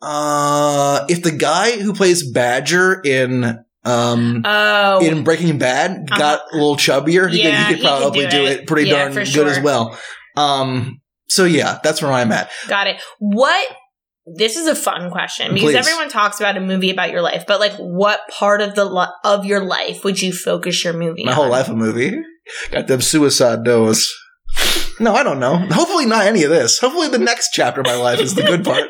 [SPEAKER 4] uh if the guy who plays Badger in Um,
[SPEAKER 2] Oh,
[SPEAKER 4] in Breaking Bad,
[SPEAKER 2] Uh-huh.
[SPEAKER 4] got a little chubbier. He,
[SPEAKER 2] Yeah,
[SPEAKER 4] could,
[SPEAKER 2] he
[SPEAKER 4] he could
[SPEAKER 2] could
[SPEAKER 4] probably
[SPEAKER 2] do
[SPEAKER 4] do,
[SPEAKER 2] it.
[SPEAKER 4] it. pretty
[SPEAKER 2] Yeah,
[SPEAKER 4] darn
[SPEAKER 2] for
[SPEAKER 4] good as
[SPEAKER 2] sure.
[SPEAKER 4] well. Um, so yeah, that's where I'm at.
[SPEAKER 2] got it. What? This is a fun question because
[SPEAKER 4] Please.
[SPEAKER 2] everyone talks about a movie about your life, but like, what part of the li- of your life would you focus your movie?
[SPEAKER 4] My whole
[SPEAKER 2] on?
[SPEAKER 4] life a movie. Got them suicide doors. No, I don't know. Hopefully not any of this. Hopefully the next chapter of my life is the good part.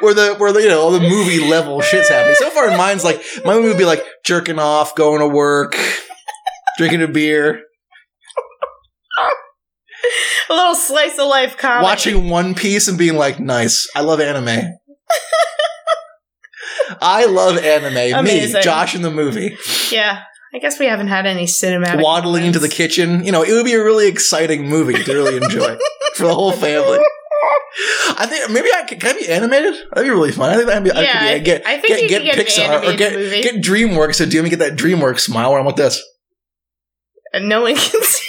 [SPEAKER 4] Where the where the you know all the movie level shit's happening. So far in mine's like my movie would be like jerking off, going to work, drinking a beer,
[SPEAKER 2] a little slice of life comedy.
[SPEAKER 4] watching One Piece and being like, nice. I love anime. I love anime.
[SPEAKER 2] Amazing.
[SPEAKER 4] Me, Josh in the movie.
[SPEAKER 2] Yeah, I guess we haven't had any cinematic
[SPEAKER 4] Waddling into the
[SPEAKER 2] moments.
[SPEAKER 4] kitchen. You know, it would be a really exciting movie to really
[SPEAKER 2] <laughs>
[SPEAKER 4] enjoy for the whole family. I think maybe I could, can I be animated. That'd be really fun. I think that'd be. I
[SPEAKER 2] Yeah,
[SPEAKER 4] could be-
[SPEAKER 2] I-
[SPEAKER 4] get,
[SPEAKER 2] I think you
[SPEAKER 4] get,
[SPEAKER 2] could
[SPEAKER 4] get
[SPEAKER 2] get an
[SPEAKER 4] Pixar or
[SPEAKER 2] animated
[SPEAKER 4] get,
[SPEAKER 2] movie.
[SPEAKER 4] get DreamWorks to do me get that DreamWorks smile where I'm like this.
[SPEAKER 2] and no one can <laughs> see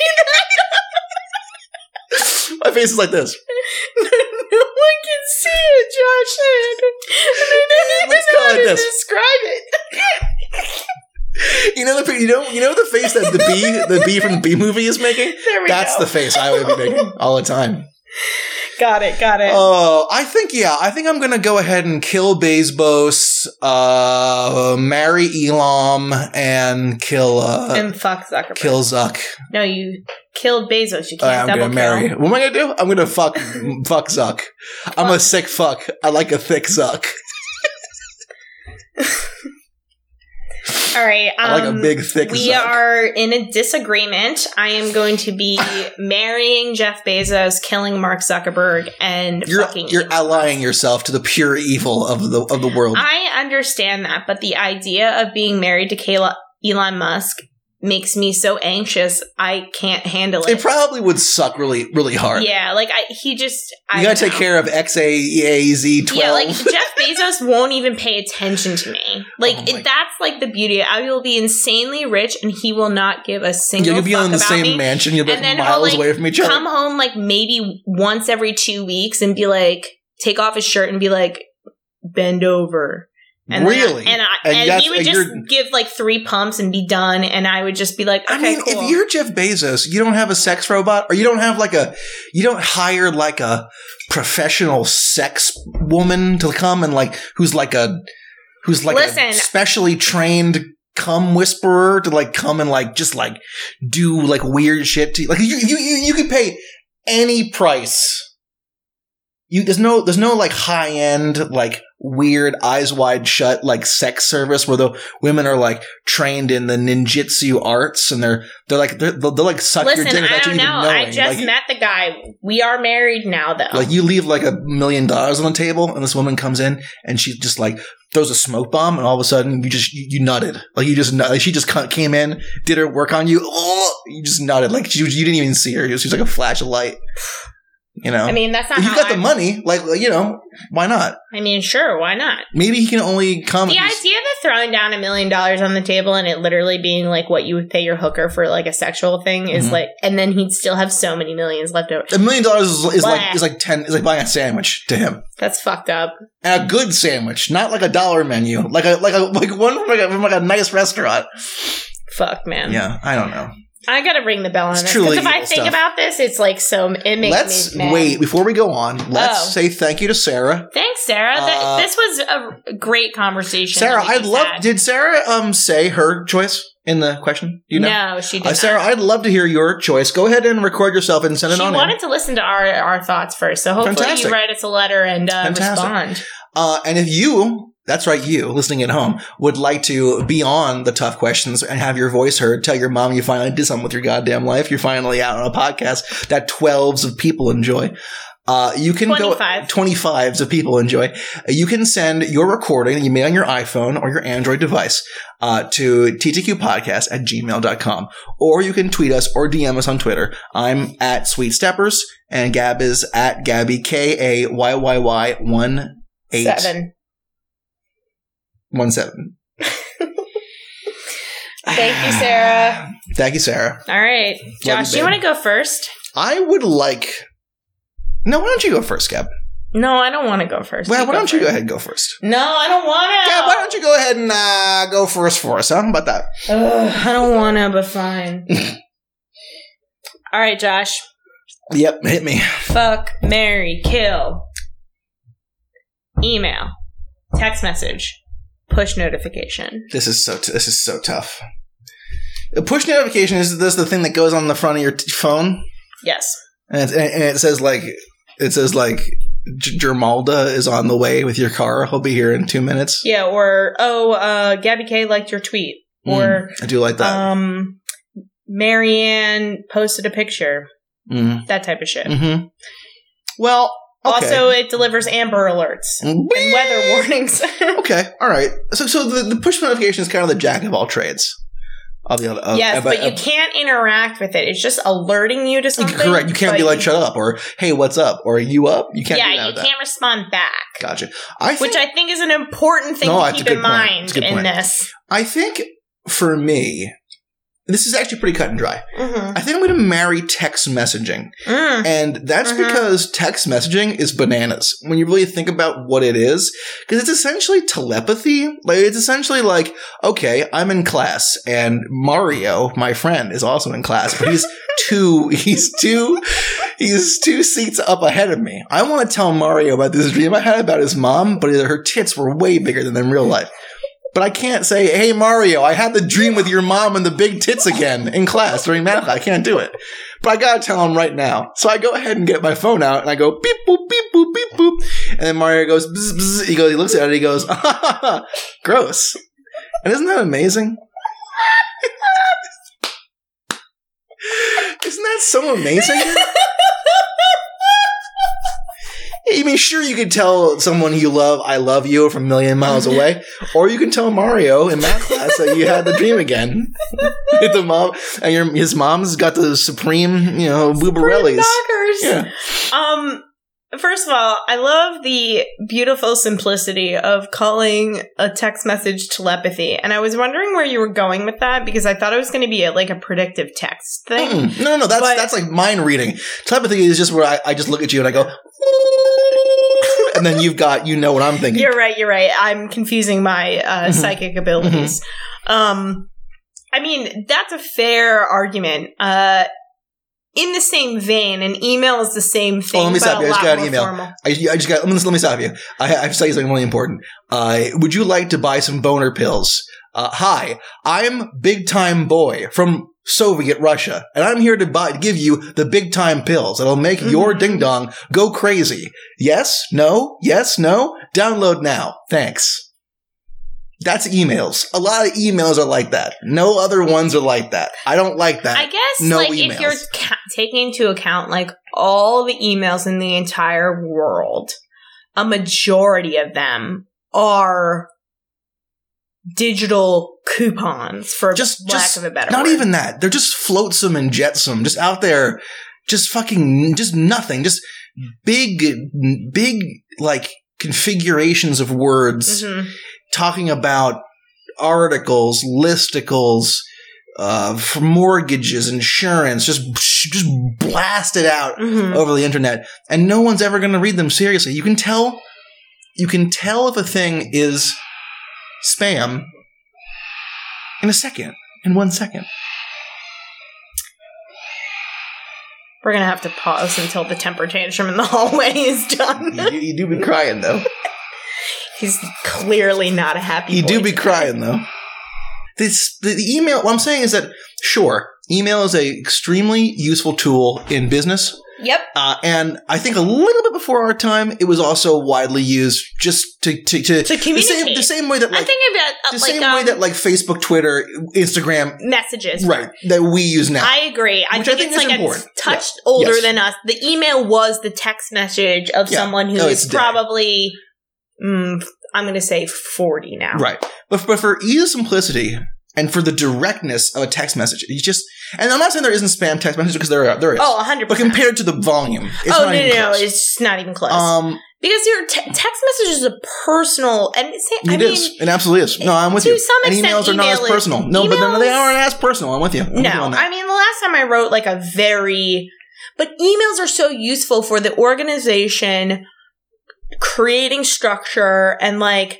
[SPEAKER 4] My face is like this.
[SPEAKER 2] no one can see it, Josh. <laughs> I don't
[SPEAKER 4] Let's
[SPEAKER 2] even
[SPEAKER 4] go
[SPEAKER 2] know how
[SPEAKER 4] like
[SPEAKER 2] to
[SPEAKER 4] this.
[SPEAKER 2] describe it. <laughs>
[SPEAKER 4] You know the you know you know the face that the bee the bee from the bee movie is making.
[SPEAKER 2] <laughs> There we
[SPEAKER 4] That's
[SPEAKER 2] go.
[SPEAKER 4] the face I would be making all the time.
[SPEAKER 2] got it, got it.
[SPEAKER 4] Oh, I think yeah. I think I'm gonna go ahead and kill Bezos, uh, marry Elam, and kill uh,
[SPEAKER 2] and fuck Zuckerberg.
[SPEAKER 4] kill Zuck.
[SPEAKER 2] no, you killed Bezos. You
[SPEAKER 4] Uh,
[SPEAKER 2] can't
[SPEAKER 4] I'm
[SPEAKER 2] double kill.
[SPEAKER 4] gonna marry. What am I gonna do? I'm
[SPEAKER 2] <laughs>
[SPEAKER 4] gonna fuck fuck Zuck. I'm a sick fuck. I like a thick Zuck.
[SPEAKER 2] All right. Um,
[SPEAKER 4] I like a big thick.
[SPEAKER 2] We
[SPEAKER 4] Zuck.
[SPEAKER 2] are in a disagreement. I am going to
[SPEAKER 4] <laughs>
[SPEAKER 2] be marrying Jeff Bezos, killing Mark Zuckerberg, and
[SPEAKER 4] You're
[SPEAKER 2] fucking.
[SPEAKER 4] you're
[SPEAKER 2] Elon
[SPEAKER 4] allying
[SPEAKER 2] Musk.
[SPEAKER 4] yourself to the pure evil of the of the world.
[SPEAKER 2] I understand that, but the idea of being married to Kayla Elon Musk makes me so anxious. I can't handle it.
[SPEAKER 4] it probably would suck really really hard.
[SPEAKER 2] yeah, like I, he just.
[SPEAKER 4] You
[SPEAKER 2] I
[SPEAKER 4] gotta
[SPEAKER 2] don't
[SPEAKER 4] take
[SPEAKER 2] know.
[SPEAKER 4] care of E XAEAZ12.
[SPEAKER 2] Yeah, like Jeff Bezos won't even pay attention to me. Like
[SPEAKER 4] Oh my-
[SPEAKER 2] it, that's like the beauty. I will be insanely rich, and he will not give a single.
[SPEAKER 4] Yeah, <laughs> you'll be
[SPEAKER 2] fuck
[SPEAKER 4] on the
[SPEAKER 2] about
[SPEAKER 4] same
[SPEAKER 2] me.
[SPEAKER 4] mansion. You'll be
[SPEAKER 2] And
[SPEAKER 4] like
[SPEAKER 2] then I'll,
[SPEAKER 4] miles
[SPEAKER 2] like,
[SPEAKER 4] away from each other.
[SPEAKER 2] Come home like maybe once every two weeks and be like, take off his shirt and be like, bend over. And then-
[SPEAKER 4] really?
[SPEAKER 2] and I,
[SPEAKER 4] And
[SPEAKER 2] and,
[SPEAKER 4] that's-
[SPEAKER 2] he would
[SPEAKER 4] and
[SPEAKER 2] just
[SPEAKER 4] you're-
[SPEAKER 2] give like three pumps and be done. And I would just be like, okay,
[SPEAKER 4] I mean,
[SPEAKER 2] cool.
[SPEAKER 4] if you're Jeff Bezos, you don't have a sex robot, or you don't have like a, you don't hire like a professional sex woman to come and like who's like a, who's like a
[SPEAKER 2] Listen.
[SPEAKER 4] specially trained cum whisperer to like come and like just like do like weird shit to you. Like you, you, you, you could pay any price. You there's no there's no like high end like weird eyes wide shut like sex service where the women are like trained in the ninjutsu arts and they're they're like they're, they'll, they'll like suck your
[SPEAKER 2] Listen,
[SPEAKER 4] dick
[SPEAKER 2] I
[SPEAKER 4] without you
[SPEAKER 2] don't
[SPEAKER 4] even
[SPEAKER 2] know.
[SPEAKER 4] knowing.
[SPEAKER 2] I just
[SPEAKER 4] like,
[SPEAKER 2] met the guy. We are married now, though.
[SPEAKER 4] like you leave like a million dollars on the table and this woman comes in and she just like throws a smoke bomb and all of a sudden you just you, you nutted like you just nut- like she just ca- came in did her work on you oh you just nutted like she, you didn't even see her she was like a flash of light you know
[SPEAKER 2] I mean, that's not
[SPEAKER 4] if you
[SPEAKER 2] how
[SPEAKER 4] got
[SPEAKER 2] <laughs> I-
[SPEAKER 4] the money like you know why not
[SPEAKER 2] I mean, sure, why not?
[SPEAKER 4] maybe he can only come
[SPEAKER 2] The
[SPEAKER 4] if
[SPEAKER 2] idea
[SPEAKER 4] he's-
[SPEAKER 2] of throwing down a million dollars on the table and it literally being like what you would pay your hooker for like a sexual thing is
[SPEAKER 4] Mhm.
[SPEAKER 2] like, and then he'd still have so many millions left over.
[SPEAKER 4] a million dollars is, is like
[SPEAKER 2] Blah.
[SPEAKER 4] is like ten is like buying a sandwich to him
[SPEAKER 2] That's fucked up.
[SPEAKER 4] and a good sandwich not like a dollar menu like a like a like one from like a, from like a nice restaurant
[SPEAKER 2] Fuck, man.
[SPEAKER 4] yeah I don't know
[SPEAKER 2] I gotta ring the bell on
[SPEAKER 4] It's
[SPEAKER 2] this
[SPEAKER 4] truly
[SPEAKER 2] because if I
[SPEAKER 4] evil
[SPEAKER 2] think
[SPEAKER 4] stuff.
[SPEAKER 2] about this, it's like so it makes
[SPEAKER 4] let's
[SPEAKER 2] me mad.
[SPEAKER 4] wait before we go on let's
[SPEAKER 2] Oh.
[SPEAKER 4] say thank you to sarah
[SPEAKER 2] Thanks, Sarah. Th-
[SPEAKER 4] Uh,
[SPEAKER 2] this was a great conversation.
[SPEAKER 4] sarah
[SPEAKER 2] that we
[SPEAKER 4] i'd
[SPEAKER 2] just
[SPEAKER 4] love
[SPEAKER 2] had.
[SPEAKER 4] did sarah um say her choice in the question Do you know
[SPEAKER 2] No, she did
[SPEAKER 4] Uh,
[SPEAKER 2] not.
[SPEAKER 4] sarah i'd love to hear your choice go ahead and record yourself and send it
[SPEAKER 2] she
[SPEAKER 4] on in.
[SPEAKER 2] wanted to listen to our our thoughts first, so hopefully
[SPEAKER 4] Fantastic.
[SPEAKER 2] you write us a letter and uh,
[SPEAKER 4] Fantastic.
[SPEAKER 2] respond.
[SPEAKER 4] Uh, and if you, that's right, you listening at home, would like to be on the tough questions and have your voice heard, tell your mom you finally did something with your goddamn life, you're finally out on a podcast that twelves of people enjoy. Uh, you can go
[SPEAKER 2] 25.
[SPEAKER 4] 25s of people enjoy. You can send your recording that you made on your iPhone or your Android device uh, to ttqpodcast at gmail.com. Or you can tweet us or DM us on Twitter. I'm at Sweet Steppers and Gab is at Gabby K A Y Y Y 1 eight
[SPEAKER 2] Seven.
[SPEAKER 4] one seven.
[SPEAKER 2] Thank you, Sarah.
[SPEAKER 4] <sighs> Thank you, Sarah.
[SPEAKER 2] All right,
[SPEAKER 4] you,
[SPEAKER 2] Josh, do you
[SPEAKER 4] babe.
[SPEAKER 2] want to go first?
[SPEAKER 4] I would like. No, why don't you go first, Gab?
[SPEAKER 2] No, I don't want to go first.
[SPEAKER 4] Well,
[SPEAKER 2] You
[SPEAKER 4] why
[SPEAKER 2] go
[SPEAKER 4] don't you go
[SPEAKER 2] first.
[SPEAKER 4] ahead and go first?
[SPEAKER 2] No, I don't want to.
[SPEAKER 4] Yeah, why don't you go ahead and uh, go first for us? Huh? How about that?
[SPEAKER 2] Ugh, I don't want to, but
[SPEAKER 4] <laughs>
[SPEAKER 2] fine. All right, Josh.
[SPEAKER 4] Yep, hit me.
[SPEAKER 2] Fuck, Mary, kill. Email, text message, push notification.
[SPEAKER 4] This is so. T- this is so tough. A push notification is this the thing that goes on the front of your t- phone,
[SPEAKER 2] Yes.
[SPEAKER 4] and it's, and it says like it says like J- Germalda is on the way with your car. He'll be here in two minutes.
[SPEAKER 2] Yeah, or oh, uh, Gabby K liked your tweet, or
[SPEAKER 4] I do like Hmm. that.
[SPEAKER 2] um, Marianne posted a picture. That type of shit.
[SPEAKER 4] mm-hmm. Well, okay. Mm-hmm.
[SPEAKER 2] Also, it delivers Amber alerts and weather warnings. <laughs>
[SPEAKER 4] Okay, all right. So, so the, the push notification is kind of the jack of all trades. Of the, of,
[SPEAKER 2] yes,
[SPEAKER 4] of-
[SPEAKER 2] but you
[SPEAKER 4] of-
[SPEAKER 2] can't interact with it. It's just alerting you to something.
[SPEAKER 4] correct. You can't
[SPEAKER 2] but
[SPEAKER 4] be like shut up or hey, what's up or you up. You can't. do
[SPEAKER 2] yeah,
[SPEAKER 4] that
[SPEAKER 2] you
[SPEAKER 4] with that.
[SPEAKER 2] can't respond back.
[SPEAKER 4] Gotcha. I think,
[SPEAKER 2] which I think is an important thing
[SPEAKER 4] No,
[SPEAKER 2] to
[SPEAKER 4] that's a
[SPEAKER 2] keep
[SPEAKER 4] good
[SPEAKER 2] in
[SPEAKER 4] point.
[SPEAKER 2] mind
[SPEAKER 4] That's a good
[SPEAKER 2] in
[SPEAKER 4] point.
[SPEAKER 2] this.
[SPEAKER 4] I think for me, this is actually pretty cut and dry. I think I'm going to marry text messaging.
[SPEAKER 2] Mm.
[SPEAKER 4] And that's
[SPEAKER 2] Mhm.
[SPEAKER 4] because text messaging is bananas when you really think about what it is. Because it's essentially telepathy. Like, it's essentially like, okay, I'm in class and Mario, my friend, is also in class, but he's two, he's two, he's two seats up ahead of me. I want to tell Mario about this dream I had about his mom, but her tits were way bigger than in real life. But I can't say, hey, Mario, I had the dream with your mom and the big tits again in class during math. I can't do it. But I gotta tell him right now. So I go ahead and get my phone out and I go beep boop, beep boop, beep boop. And then Mario goes, bzz, bzz. he goes, he looks at it, he goes, <laughs> gross. And isn't that amazing? isn't that so amazing? I mean, sure, you could tell someone you love, I love you from a million miles away, or you can tell Mario in math class that you had the dream again. <laughs> With the mom, and your, his mom's got the supreme, you know, blueberries.
[SPEAKER 2] Knockers.
[SPEAKER 4] Yeah.
[SPEAKER 2] Um. First of all, I love the beautiful simplicity of calling a text message telepathy, and I was wondering where you were going with that because I thought it was going to be a, like a predictive text thing.
[SPEAKER 4] Mm-mm. No, no, no. That's
[SPEAKER 2] But-
[SPEAKER 4] that's like mind reading. Telepathy is just where I, I just look at you and I go, Mm. and then you've got you know what I'm thinking.
[SPEAKER 2] You're right. You're right. I'm confusing my uh,
[SPEAKER 4] Mhm.
[SPEAKER 2] psychic abilities.
[SPEAKER 4] Mm-hmm.
[SPEAKER 2] Um, I mean, that's a fair argument. Uh, in the same vein, an email is the same thing.
[SPEAKER 4] Oh, let me
[SPEAKER 2] but a
[SPEAKER 4] stop you. I just
[SPEAKER 2] lot
[SPEAKER 4] got an
[SPEAKER 2] more
[SPEAKER 4] email.
[SPEAKER 2] formal.
[SPEAKER 4] I, I just got. Let me, let me stop you. I, I have to tell you something really important. Uh, would you like to buy some boner pills? Uh, hi, I'm Big Time Boy from Soviet Russia, and I'm here to buy, give you the big time pills that'll make your
[SPEAKER 2] Mhm.
[SPEAKER 4] ding dong go crazy. Yes, no, yes, no. Download now. Thanks. That's emails. A lot of emails are like that. No other ones are like that. I don't like that.
[SPEAKER 2] I guess,
[SPEAKER 4] Uh, no
[SPEAKER 2] like, if
[SPEAKER 4] emails.
[SPEAKER 2] you're ca- taking into account like all the emails in the entire world, a majority of them are digital coupons for
[SPEAKER 4] just
[SPEAKER 2] lack
[SPEAKER 4] just
[SPEAKER 2] of a better
[SPEAKER 4] not
[SPEAKER 2] word.
[SPEAKER 4] even that they're just flotsam and jetsam just out there just fucking just nothing just big big like configurations of words
[SPEAKER 2] Mhm.
[SPEAKER 4] talking about articles listicles uh, f- mortgages insurance just just blast it out
[SPEAKER 2] Mhm.
[SPEAKER 4] over the internet and no one's ever going to read them seriously you can tell you can tell if a thing is spam in a second in one second
[SPEAKER 2] We're gonna have to pause until the temper tantrum in the <laughs> hallway is
[SPEAKER 4] <laughs> you,
[SPEAKER 2] done.
[SPEAKER 4] do- you do be crying though
[SPEAKER 2] He's clearly not a happy.
[SPEAKER 4] you do
[SPEAKER 2] boy.
[SPEAKER 4] be crying though this the, the email what i'm saying is that sure email is a extremely useful tool in business
[SPEAKER 2] Yep.
[SPEAKER 4] uh, and i think a little bit before our time it was also widely used just to to, to,
[SPEAKER 2] To
[SPEAKER 4] the
[SPEAKER 2] communicate.
[SPEAKER 4] same the same way that like
[SPEAKER 2] I'm thinking about uh,
[SPEAKER 4] the
[SPEAKER 2] like
[SPEAKER 4] same
[SPEAKER 2] um,
[SPEAKER 4] way that like Facebook, Twitter, Instagram,
[SPEAKER 2] messages.
[SPEAKER 4] right, that we use now.
[SPEAKER 2] I agree. I
[SPEAKER 4] Which
[SPEAKER 2] think, it's
[SPEAKER 4] is
[SPEAKER 2] like
[SPEAKER 4] important.
[SPEAKER 2] a touch older
[SPEAKER 4] Yes.
[SPEAKER 2] than us. The email was the text message of
[SPEAKER 4] Yeah.
[SPEAKER 2] someone who
[SPEAKER 4] No,
[SPEAKER 2] is
[SPEAKER 4] it's dead.
[SPEAKER 2] probably, mm, I'm going to say 40 now.
[SPEAKER 4] right, but but for ease of simplicity and for the directness of a text message, you just and I'm not saying there isn't spam text messages because there are there is,
[SPEAKER 2] Oh, 100.
[SPEAKER 4] but
[SPEAKER 2] percent
[SPEAKER 4] compared to the volume, it's
[SPEAKER 2] Oh no,
[SPEAKER 4] not
[SPEAKER 2] no,
[SPEAKER 4] even
[SPEAKER 2] no!
[SPEAKER 4] close.
[SPEAKER 2] It's just not even close
[SPEAKER 4] um,
[SPEAKER 2] because your te- text message is a personal, and it's, I
[SPEAKER 4] it
[SPEAKER 2] mean,
[SPEAKER 4] is. It absolutely is. No, I'm with
[SPEAKER 2] to
[SPEAKER 4] you.
[SPEAKER 2] some
[SPEAKER 4] and
[SPEAKER 2] extent,
[SPEAKER 4] emails are not
[SPEAKER 2] email
[SPEAKER 4] as
[SPEAKER 2] is-
[SPEAKER 4] personal. No, but no, they
[SPEAKER 2] emails-
[SPEAKER 4] aren't as personal. I'm with you. I'm with you
[SPEAKER 2] No,
[SPEAKER 4] on that.
[SPEAKER 2] I mean the last time I wrote like a very, but emails are so useful for the organization creating structure and like,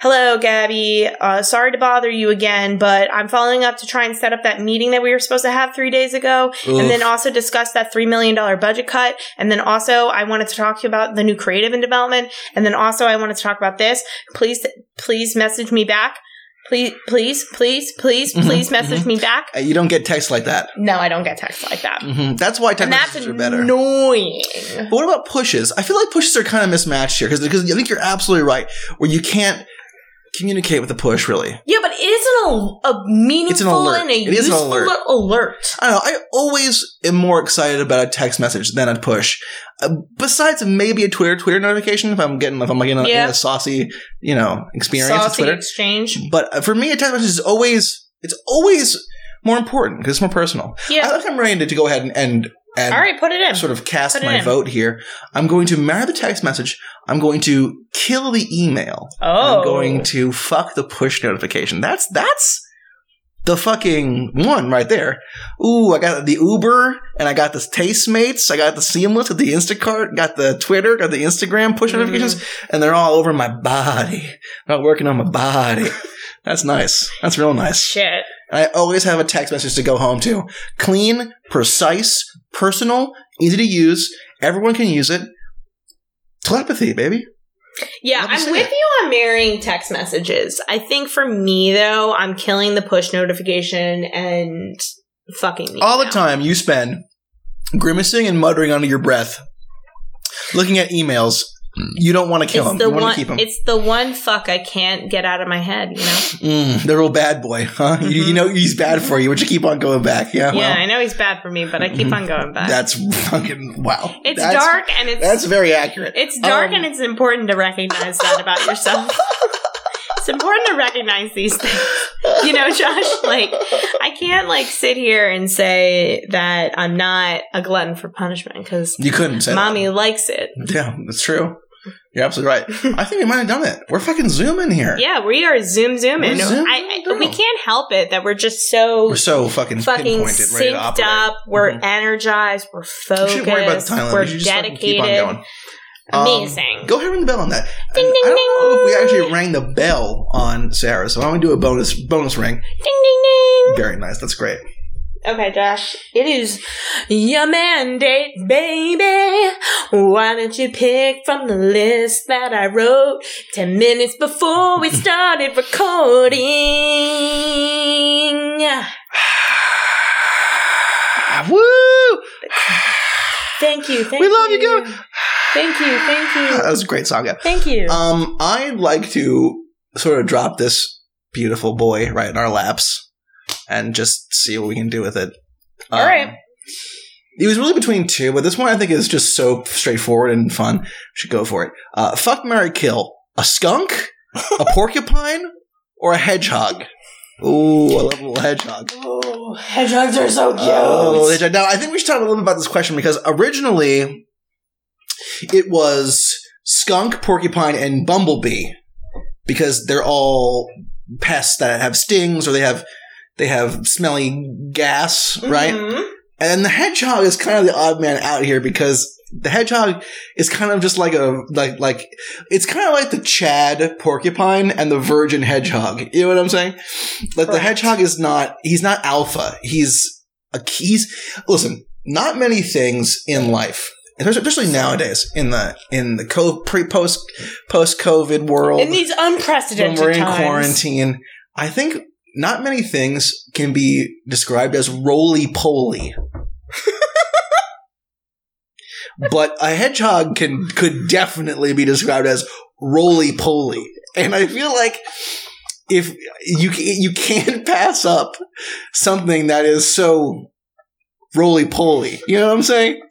[SPEAKER 2] hello, Gabby, uh, sorry to bother you again, but I'm following up to try and set up that meeting that we were supposed to have three days ago.
[SPEAKER 4] Oof.
[SPEAKER 2] And then also discuss that $3 million budget cut. And then also, I wanted to talk to you about the new creative and development. And then also, I wanted to talk about this. Please, please message me back. Please, please, please, please,
[SPEAKER 4] Mhm, <laughs>
[SPEAKER 2] please message me back.
[SPEAKER 4] Uh, you don't get texts like that.
[SPEAKER 2] No, I don't get texts like that.
[SPEAKER 4] hmm That's why text
[SPEAKER 2] And that's
[SPEAKER 4] messages are better.
[SPEAKER 2] annoying.
[SPEAKER 4] But what about pushes? I feel like pushes are kind of mismatched here because I think you're absolutely right. Where you can't communicate with a push, really.
[SPEAKER 2] Yeah, but it isn't a, a meaningful
[SPEAKER 4] alert.
[SPEAKER 2] and a
[SPEAKER 4] It is an
[SPEAKER 2] useful
[SPEAKER 4] alert.
[SPEAKER 2] alert.
[SPEAKER 4] I don't know. I always am more excited about a text message than a push. Uh, besides maybe a Twitter Twitter notification if I'm getting if I'm like in a,
[SPEAKER 2] Yeah.
[SPEAKER 4] in a saucy you know experience with
[SPEAKER 2] Saucy
[SPEAKER 4] Twitter.
[SPEAKER 2] exchange.
[SPEAKER 4] But uh, for me, a text message is always it's always more important because it's more personal. I
[SPEAKER 2] Yeah.
[SPEAKER 4] think I'm ready to go ahead and and, and
[SPEAKER 2] All right, put it in.
[SPEAKER 4] sort of cast
[SPEAKER 2] Put it
[SPEAKER 4] my
[SPEAKER 2] in.
[SPEAKER 4] vote here. I'm going to marry the text message. I'm going to kill the email.
[SPEAKER 2] oh,
[SPEAKER 4] I'm going to fuck the push notification. That's that's the fucking one right there. Ooh, I got the Uber and I got the Tastemates. I got the Seamless, got the Instacart, got the Twitter, got the Instagram push
[SPEAKER 2] Mhm.
[SPEAKER 4] notifications, and they're all over my body. Not working on my
[SPEAKER 2] <laughs>
[SPEAKER 4] body. That's nice. That's real nice.
[SPEAKER 2] shit.
[SPEAKER 4] I always have a text message to go home to. Clean, precise, personal, easy to use. Everyone can use it. Telepathy, baby.
[SPEAKER 2] Yeah,
[SPEAKER 4] Let me see
[SPEAKER 2] I'm with
[SPEAKER 4] it.
[SPEAKER 2] you on marrying text messages. I think for me though, I'm killing the push notification and fucking me
[SPEAKER 4] All the
[SPEAKER 2] now.
[SPEAKER 4] time you spend grimacing and muttering under your breath, looking at emails. You don't want to kill
[SPEAKER 2] It's
[SPEAKER 4] them.
[SPEAKER 2] the
[SPEAKER 4] You want
[SPEAKER 2] one.
[SPEAKER 4] to keep them.
[SPEAKER 2] It's the one fuck I can't get out of my head. You know.
[SPEAKER 4] Mm, they're all bad boy, huh? You, you
[SPEAKER 2] Mhm.
[SPEAKER 4] know he's bad for you, but you keep on going back. Yeah,
[SPEAKER 2] yeah,
[SPEAKER 4] well,
[SPEAKER 2] I know he's bad for me, but I keep on going back.
[SPEAKER 4] that's <laughs> fucking wow.
[SPEAKER 2] it's
[SPEAKER 4] That's-
[SPEAKER 2] dark and it's
[SPEAKER 4] That's very accurate.
[SPEAKER 2] It's dark
[SPEAKER 4] Um,
[SPEAKER 2] and it's important to recognize that about
[SPEAKER 4] <laughs>
[SPEAKER 2] yourself. it's important to recognize these things. You know, Josh,
[SPEAKER 4] <laughs>
[SPEAKER 2] like I can't like sit here and say that I'm not a glutton for punishment cuz
[SPEAKER 4] You couldn't say that.
[SPEAKER 2] mommy likes it.
[SPEAKER 4] <laughs> Yeah, that's true. You're absolutely right. I think we might have done it. We're fucking zooming here.
[SPEAKER 2] Yeah, we are zoom zooming.
[SPEAKER 4] We're zooming
[SPEAKER 2] I, I,
[SPEAKER 4] through.
[SPEAKER 2] we can't help it that we're just so
[SPEAKER 4] We're so fucking,
[SPEAKER 2] fucking
[SPEAKER 4] pinpointed, ready to
[SPEAKER 2] synced
[SPEAKER 4] operate.
[SPEAKER 2] up. We're
[SPEAKER 4] Mhm.
[SPEAKER 2] energized, we're
[SPEAKER 4] We
[SPEAKER 2] focused,
[SPEAKER 4] shouldn't worry about the time limit.
[SPEAKER 2] we're
[SPEAKER 4] We should just fucking
[SPEAKER 2] dedicated.
[SPEAKER 4] keep on going. Um,
[SPEAKER 2] Amazing.
[SPEAKER 4] go ahead and ring the bell on that.
[SPEAKER 2] Ding,
[SPEAKER 4] And I
[SPEAKER 2] ding,
[SPEAKER 4] don't know if we
[SPEAKER 2] ding.
[SPEAKER 4] actually rang the bell on Sarah, so why don't we do a bonus bonus ring?
[SPEAKER 2] Ding ding ding.
[SPEAKER 4] Very nice. That's great.
[SPEAKER 2] Okay, Josh, it is your mandate, baby. Why don't you pick from the list that I wrote 10 minutes before we started recording?
[SPEAKER 4] Ah, Woo!
[SPEAKER 2] Thank you, thank
[SPEAKER 4] We
[SPEAKER 2] you.
[SPEAKER 4] love you, girl.
[SPEAKER 2] Thank you, thank
[SPEAKER 4] That
[SPEAKER 2] you.
[SPEAKER 4] was a great song. Yeah.
[SPEAKER 2] Thank you.
[SPEAKER 4] Um, I'd like to sort of drop this beautiful boy right in our laps and just see what we can do with it. Um,
[SPEAKER 2] All right.
[SPEAKER 4] It was really between two, but this one I think is just so straightforward and fun. Should go for it. Uh, fuck Mary Kill. A skunk?
[SPEAKER 2] <laughs>
[SPEAKER 4] a porcupine? Or a hedgehog? Ooh, I love a little hedgehog.
[SPEAKER 2] Oh, hedgehogs are so cute.
[SPEAKER 4] Oh, hedgehog. Now, I think we should talk a little bit about this question because originally it was skunk, porcupine, and bumblebee because they're all pests that have stings or they have they have smelly gas, right?
[SPEAKER 2] Mhm.
[SPEAKER 4] And the hedgehog is kind of the odd man out here because the hedgehog is kind of just like a like like it's kind of like the Chad porcupine and the virgin hedgehog. You know what I'm saying? Like the
[SPEAKER 2] Correct.
[SPEAKER 4] hedgehog is not he's not alpha. He's a he's listen. Not many things in life, especially especially nowadays in the in the co- pre post post COVID world
[SPEAKER 2] In these
[SPEAKER 4] when
[SPEAKER 2] unprecedented
[SPEAKER 4] we're in
[SPEAKER 2] times.
[SPEAKER 4] quarantine, I think not many things can be described as roly poly. <laughs> but a hedgehog can could definitely be described as roly poly, and I feel like if you ca- you can't <laughs> pass up something that is so roly poly, you know what I'm saying? <laughs>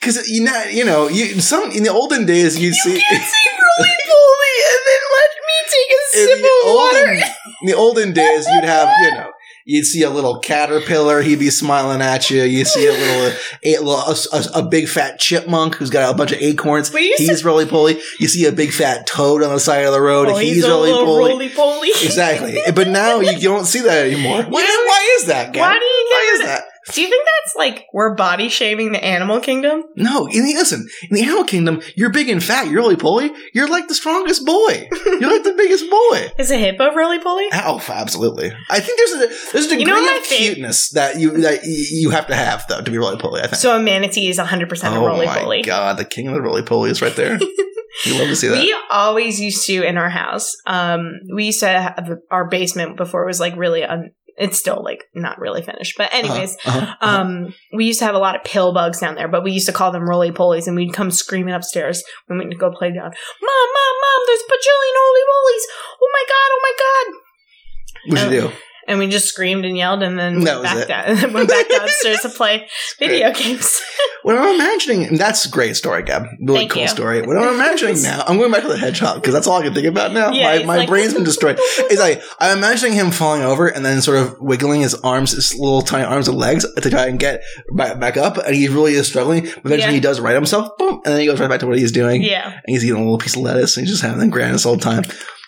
[SPEAKER 4] Because you know, you know, you some in the olden days you'd see.
[SPEAKER 2] say roly poly and then let me take a
[SPEAKER 4] in the olden, in the olden days, you'd have you know. You'd see a little caterpillar, he'd be smiling at you. You see a little, a, little- a, a- a big fat chipmunk who's got a bunch of acorns.
[SPEAKER 2] We used to-
[SPEAKER 4] He's roly poly. You see a big fat toad on the side of the road.
[SPEAKER 2] Oh,
[SPEAKER 4] he's
[SPEAKER 2] he's a
[SPEAKER 4] roly
[SPEAKER 2] little
[SPEAKER 4] poly.
[SPEAKER 2] roly poly.
[SPEAKER 4] Exactly. But now you don't see that anymore. Why,
[SPEAKER 2] don't-
[SPEAKER 4] why is that, Gab?
[SPEAKER 2] Why do you
[SPEAKER 4] Why
[SPEAKER 2] get
[SPEAKER 4] is
[SPEAKER 2] rid of-
[SPEAKER 4] that?
[SPEAKER 6] Do you think that's like we're body shaming the animal kingdom?
[SPEAKER 4] No, in the, listen, in the animal kingdom, you're big and fat, you're roly poly, you're like the strongest boy. You're like the biggest boy.
[SPEAKER 6] Is a hippo really poly?
[SPEAKER 4] Oh, absolutely. I think there's a there's a degree
[SPEAKER 6] You know what my
[SPEAKER 4] of
[SPEAKER 6] fav-
[SPEAKER 4] cuteness that you that y- you have to have though to be roly poly. I think.
[SPEAKER 6] So a manatee is 100% a
[SPEAKER 4] oh
[SPEAKER 6] roly
[SPEAKER 4] my
[SPEAKER 6] poly.
[SPEAKER 4] god, the king of the roly poly is right
[SPEAKER 6] <laughs>
[SPEAKER 4] there. you love to see that.
[SPEAKER 6] We always used to in our house. Um, we used to have our basement before it was like really un- it's still like not really finished. But anyways,
[SPEAKER 4] Uh-huh, uh-huh, uh-huh.
[SPEAKER 6] um, we used to have a lot of pill bugs down there, but we used to call them roly polies, and we'd come screaming upstairs when we'd go play down. Mom, mom, mom! There's a bajillion roly polies! Oh my god! Oh my god!
[SPEAKER 4] What'd
[SPEAKER 6] Uh,
[SPEAKER 4] you do?
[SPEAKER 6] And we just screamed and yelled, and then
[SPEAKER 4] That
[SPEAKER 6] went
[SPEAKER 4] was
[SPEAKER 6] back,
[SPEAKER 4] it.
[SPEAKER 6] down, <laughs> went back downstairs
[SPEAKER 4] <laughs>
[SPEAKER 6] to play video games. <laughs>
[SPEAKER 4] What I'm imagining, and that's a great story, Gab. Really
[SPEAKER 6] Thank
[SPEAKER 4] cool
[SPEAKER 6] you.
[SPEAKER 4] story. What I'm
[SPEAKER 6] <laughs>
[SPEAKER 4] imagining now, I'm going back to the hedgehog because that's all I can think about now.
[SPEAKER 6] Yeah,
[SPEAKER 4] my
[SPEAKER 6] he's
[SPEAKER 4] my
[SPEAKER 6] like-
[SPEAKER 4] brain's been
[SPEAKER 6] <laughs>
[SPEAKER 4] destroyed. It's like I'm imagining him falling over and then sort of wiggling his arms, his little tiny arms and legs to try and get back, back up, and he really is struggling. But eventually
[SPEAKER 6] Yeah.
[SPEAKER 4] he does right himself, boom, and then he goes right back to what he's doing,
[SPEAKER 6] yeah.
[SPEAKER 4] and he's eating a little piece of lettuce, and he's just having the grand this whole time.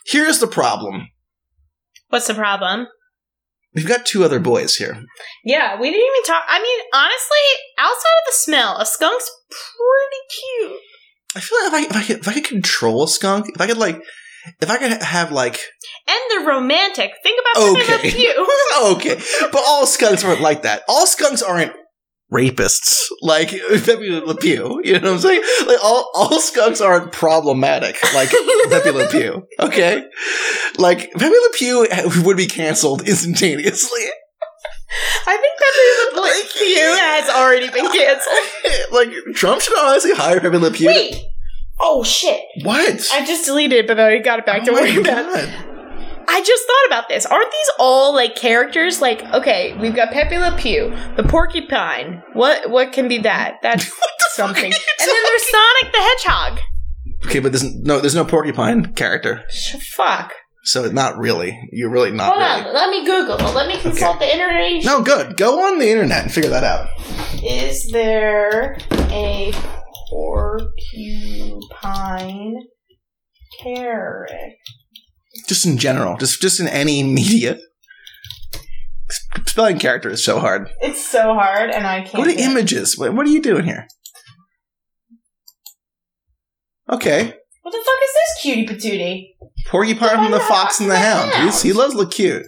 [SPEAKER 4] Here's the problem:
[SPEAKER 6] What's the problem?
[SPEAKER 4] we've got two other boys here.
[SPEAKER 6] Yeah, we didn't even talk. I mean, honestly, outside of the smell, a skunk's pretty cute.
[SPEAKER 4] I feel like if I if I could, if I could control a skunk, if I could like, if I could ha- have like
[SPEAKER 6] And they're romantic. Think about something that's <laughs>
[SPEAKER 4] Okay.
[SPEAKER 6] cute.
[SPEAKER 4] okay, but all skunks aren't like that. All skunks aren't rapists, like <laughs> Pepe Le Pew. You know what I'm saying? Like all all skunks aren't problematic,
[SPEAKER 6] <laughs>
[SPEAKER 4] like Pepe Le Pew. Okay, like Pepe Le Pew would be canceled instantaneously. <laughs>
[SPEAKER 6] I think that the
[SPEAKER 4] Like you.
[SPEAKER 6] has already been
[SPEAKER 4] <laughs>
[SPEAKER 6] canceled.
[SPEAKER 4] like Trump should honestly hire Pepe Le Pew. to-
[SPEAKER 6] Wait. Oh shit!
[SPEAKER 4] what?
[SPEAKER 6] I just deleted, it, but I got it back to
[SPEAKER 4] Oh my
[SPEAKER 6] work. About.
[SPEAKER 4] God.
[SPEAKER 6] I just thought about this. Aren't these all like characters? Like, okay, we've got Pepe Le Pew, the porcupine. What? <laughs> What can be that? That's something. And then there's Sonic the Hedgehog.
[SPEAKER 4] Okay, but there's no there's no porcupine character,
[SPEAKER 6] Sh- Fuck.
[SPEAKER 4] so not really. You're really not
[SPEAKER 6] Hold
[SPEAKER 4] really.
[SPEAKER 6] on. Let me Google. Let me consult the internet.
[SPEAKER 4] No, good. Go on the internet and figure that out.
[SPEAKER 6] Is there a porcupine character?
[SPEAKER 4] just in general, just just in any media. Spelling character is so hard.
[SPEAKER 6] It's so hard, and I can't.
[SPEAKER 4] Go to
[SPEAKER 6] do it.
[SPEAKER 4] images. What, what are you doing here? Okay,
[SPEAKER 6] What the fuck is this cutie patootie?
[SPEAKER 4] Porcupine from the Fox and the Hound. He's- he loves look cute.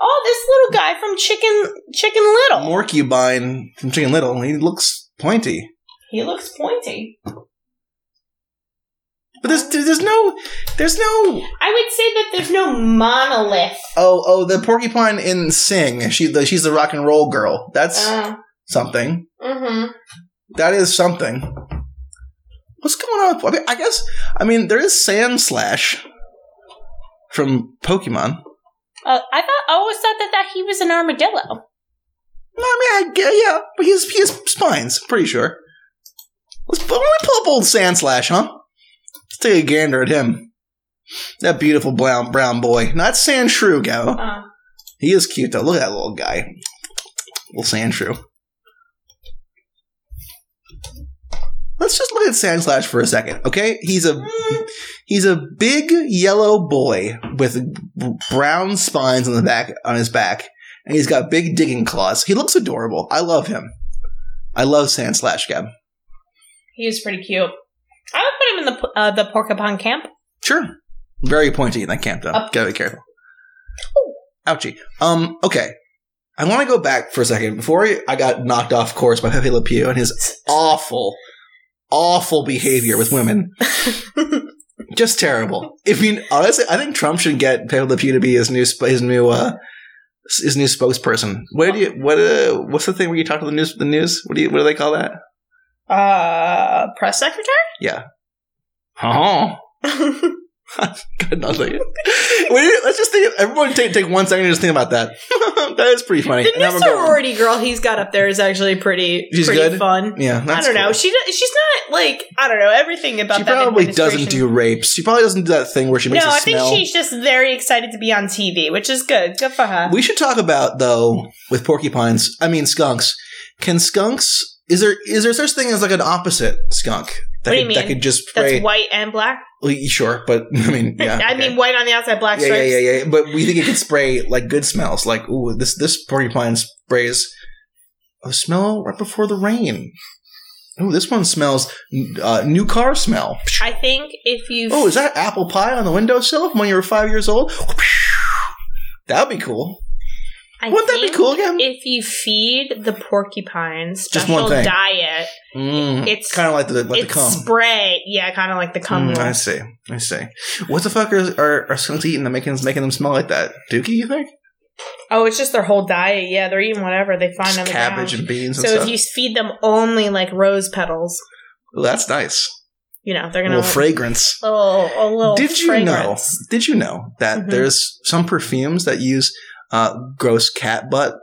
[SPEAKER 6] Oh, this little guy from Chicken Chicken Little.
[SPEAKER 4] Morcubine from Chicken Little. He looks pointy,
[SPEAKER 6] he looks pointy.
[SPEAKER 4] but there's there's no there's no
[SPEAKER 6] I would say that there's no monolith.
[SPEAKER 4] oh oh the porcupine in Sing. She the, she's the rock and roll girl. That's
[SPEAKER 6] Uh,
[SPEAKER 4] something.
[SPEAKER 6] mm-hmm.
[SPEAKER 4] That is something. What's going on? I, mean, I guess. I mean, there is Sand Slash from Pokemon.
[SPEAKER 6] Uh, I thought I always thought that, that he was an armadillo.
[SPEAKER 4] No, I mean, I, gue- yeah, but he has, he has spines. Pretty sure. Let's pu- let me pull up old Sand Slash, huh? Let's take a gander at him. That beautiful brown brown boy. Not Sand Shrew, Gabo.
[SPEAKER 6] Uh,
[SPEAKER 4] He is cute though. Look at that little guy. Little Sand Shrew. Let's just look at Sand Slash for a second, okay? He's a
[SPEAKER 6] mm,
[SPEAKER 4] He's a big yellow boy with brown spines on the back on his back, and he's got big digging claws. He looks adorable. I love him. I love Sand Slash Gab.
[SPEAKER 6] he was pretty cute. I would put him in the p- uh, the porcupine camp.
[SPEAKER 4] Sure. Very pointy in that camp though.
[SPEAKER 6] Up.
[SPEAKER 4] Gotta be careful.
[SPEAKER 6] Ooh.
[SPEAKER 4] Ouchie. Um, okay. I want to go back for a second. Before I- I got knocked off course by Pepe Le Pew and his awful, awful behavior with women. Just terrible. I mean, honestly, I think Trump should get Pepe Le Pew to be his new sp- his new uh s- his new spokesperson. What do you what uh what's the thing where you talk to the news the news? What do you what do they call that?
[SPEAKER 6] Uh, press <laughs> secretary.
[SPEAKER 4] Oh. Got nothing. <laughs> Wait, let's just think. Everyone, take take one second and just think about that. <laughs> that is pretty funny.
[SPEAKER 6] The
[SPEAKER 4] And I'm
[SPEAKER 6] new
[SPEAKER 4] a girl.
[SPEAKER 6] sorority girl he's got up there is actually pretty,
[SPEAKER 4] She's
[SPEAKER 6] pretty
[SPEAKER 4] good?
[SPEAKER 6] fun.
[SPEAKER 4] Yeah, that's
[SPEAKER 6] I don't know.
[SPEAKER 4] cool.
[SPEAKER 6] She do- she's not like I don't know everything about
[SPEAKER 4] She
[SPEAKER 6] that.
[SPEAKER 4] probably doesn't
[SPEAKER 6] administration.
[SPEAKER 4] do rapes. She probably doesn't do that thing where she makes
[SPEAKER 6] No,
[SPEAKER 4] a
[SPEAKER 6] I think
[SPEAKER 4] smell.
[SPEAKER 6] she's just very excited to be on TV, which is good. Good for her.
[SPEAKER 4] we should talk about though with porcupines. I mean skunks. Can skunks? Is there is there such thing as like an opposite skunk that
[SPEAKER 6] What do
[SPEAKER 4] could,
[SPEAKER 6] you
[SPEAKER 4] that
[SPEAKER 6] mean?
[SPEAKER 4] could just
[SPEAKER 6] That's
[SPEAKER 4] spray?
[SPEAKER 6] white and black.
[SPEAKER 4] Well, sure, but <laughs> I mean, yeah.
[SPEAKER 6] <laughs> I
[SPEAKER 4] okay.
[SPEAKER 6] mean, white on the outside, black
[SPEAKER 4] yeah, yeah,
[SPEAKER 6] stripes.
[SPEAKER 4] yeah, yeah. But we think it could spray like good smells, like ooh, this this porcupine sprays a smell right before the rain. Oh, this one smells uh, new car smell.
[SPEAKER 2] I think if you
[SPEAKER 4] Oh, is that apple pie on the windowsill from when you were five years old? That would be cool.
[SPEAKER 2] I
[SPEAKER 4] Wouldn't that be
[SPEAKER 2] think
[SPEAKER 4] cool again?
[SPEAKER 2] If you feed the porcupine special
[SPEAKER 4] Just one thing.
[SPEAKER 2] diet,
[SPEAKER 4] Mm,
[SPEAKER 2] It's-
[SPEAKER 4] kind of like the like
[SPEAKER 2] it's
[SPEAKER 4] the cum.
[SPEAKER 2] spray. Yeah, kind of like the cum.
[SPEAKER 4] Mm, I
[SPEAKER 2] one.
[SPEAKER 4] see. I see. What the fuck are are, are skunks eating that making making them smell like that? Dookie, you think?
[SPEAKER 2] oh, it's just their whole diet. Yeah, they're eating whatever they find
[SPEAKER 4] Just
[SPEAKER 2] on the
[SPEAKER 4] cabbage
[SPEAKER 2] ground.
[SPEAKER 4] and beans and
[SPEAKER 2] so
[SPEAKER 4] stuff.
[SPEAKER 2] if you feed them only like rose petals,
[SPEAKER 4] Ooh, that's nice.
[SPEAKER 2] you know they're
[SPEAKER 4] A
[SPEAKER 2] gonna
[SPEAKER 4] little fragrance.
[SPEAKER 2] little, a little
[SPEAKER 4] Did you
[SPEAKER 2] fragrance.
[SPEAKER 4] know? Did you know that
[SPEAKER 2] Mhm.
[SPEAKER 4] there's some perfumes that use uh, gross cat butt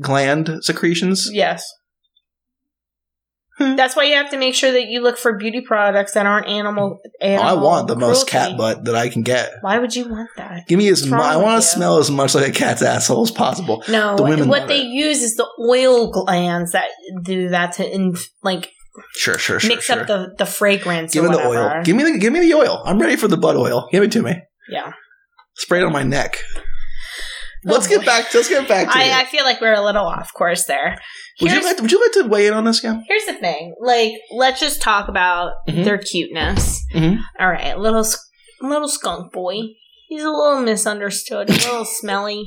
[SPEAKER 4] gland secretions?
[SPEAKER 2] Yes.
[SPEAKER 4] Hmm.
[SPEAKER 2] That's why you have to make sure that you look for beauty products that aren't animal. animal
[SPEAKER 4] I want the most
[SPEAKER 2] cruelty.
[SPEAKER 4] cat butt that I can get.
[SPEAKER 2] Why would you want that?
[SPEAKER 4] Give me as
[SPEAKER 2] What's
[SPEAKER 4] much.
[SPEAKER 2] wrong
[SPEAKER 4] I want
[SPEAKER 2] with
[SPEAKER 4] to
[SPEAKER 2] you?
[SPEAKER 4] smell as much like a cat's asshole as possible.
[SPEAKER 2] No,
[SPEAKER 4] The women
[SPEAKER 2] what
[SPEAKER 4] love
[SPEAKER 2] they
[SPEAKER 4] it.
[SPEAKER 2] use is the oil glands that do that to inf- like
[SPEAKER 4] Sure, sure, sure.
[SPEAKER 2] mix
[SPEAKER 4] sure.
[SPEAKER 2] up the, the fragrance.
[SPEAKER 4] Give
[SPEAKER 2] or
[SPEAKER 4] me the
[SPEAKER 2] whatever.
[SPEAKER 4] oil. Give me the give me the oil. I'm ready for the butt oil. Give it to me.
[SPEAKER 2] Yeah.
[SPEAKER 4] Spray it on my neck.
[SPEAKER 2] Oh,
[SPEAKER 4] Let's
[SPEAKER 2] boy.
[SPEAKER 4] get back. Let's get back to
[SPEAKER 2] I, I
[SPEAKER 4] it.
[SPEAKER 2] feel like we're a little off course there.
[SPEAKER 4] Would you
[SPEAKER 2] Here's,
[SPEAKER 4] like? To, would you like to weigh in on this, Cam?
[SPEAKER 2] here's the thing. Like, let's just talk about
[SPEAKER 4] Mhm.
[SPEAKER 2] their cuteness.
[SPEAKER 4] Mhm.
[SPEAKER 2] All right, little s- little skunk boy. He's a little misunderstood. A little smelly.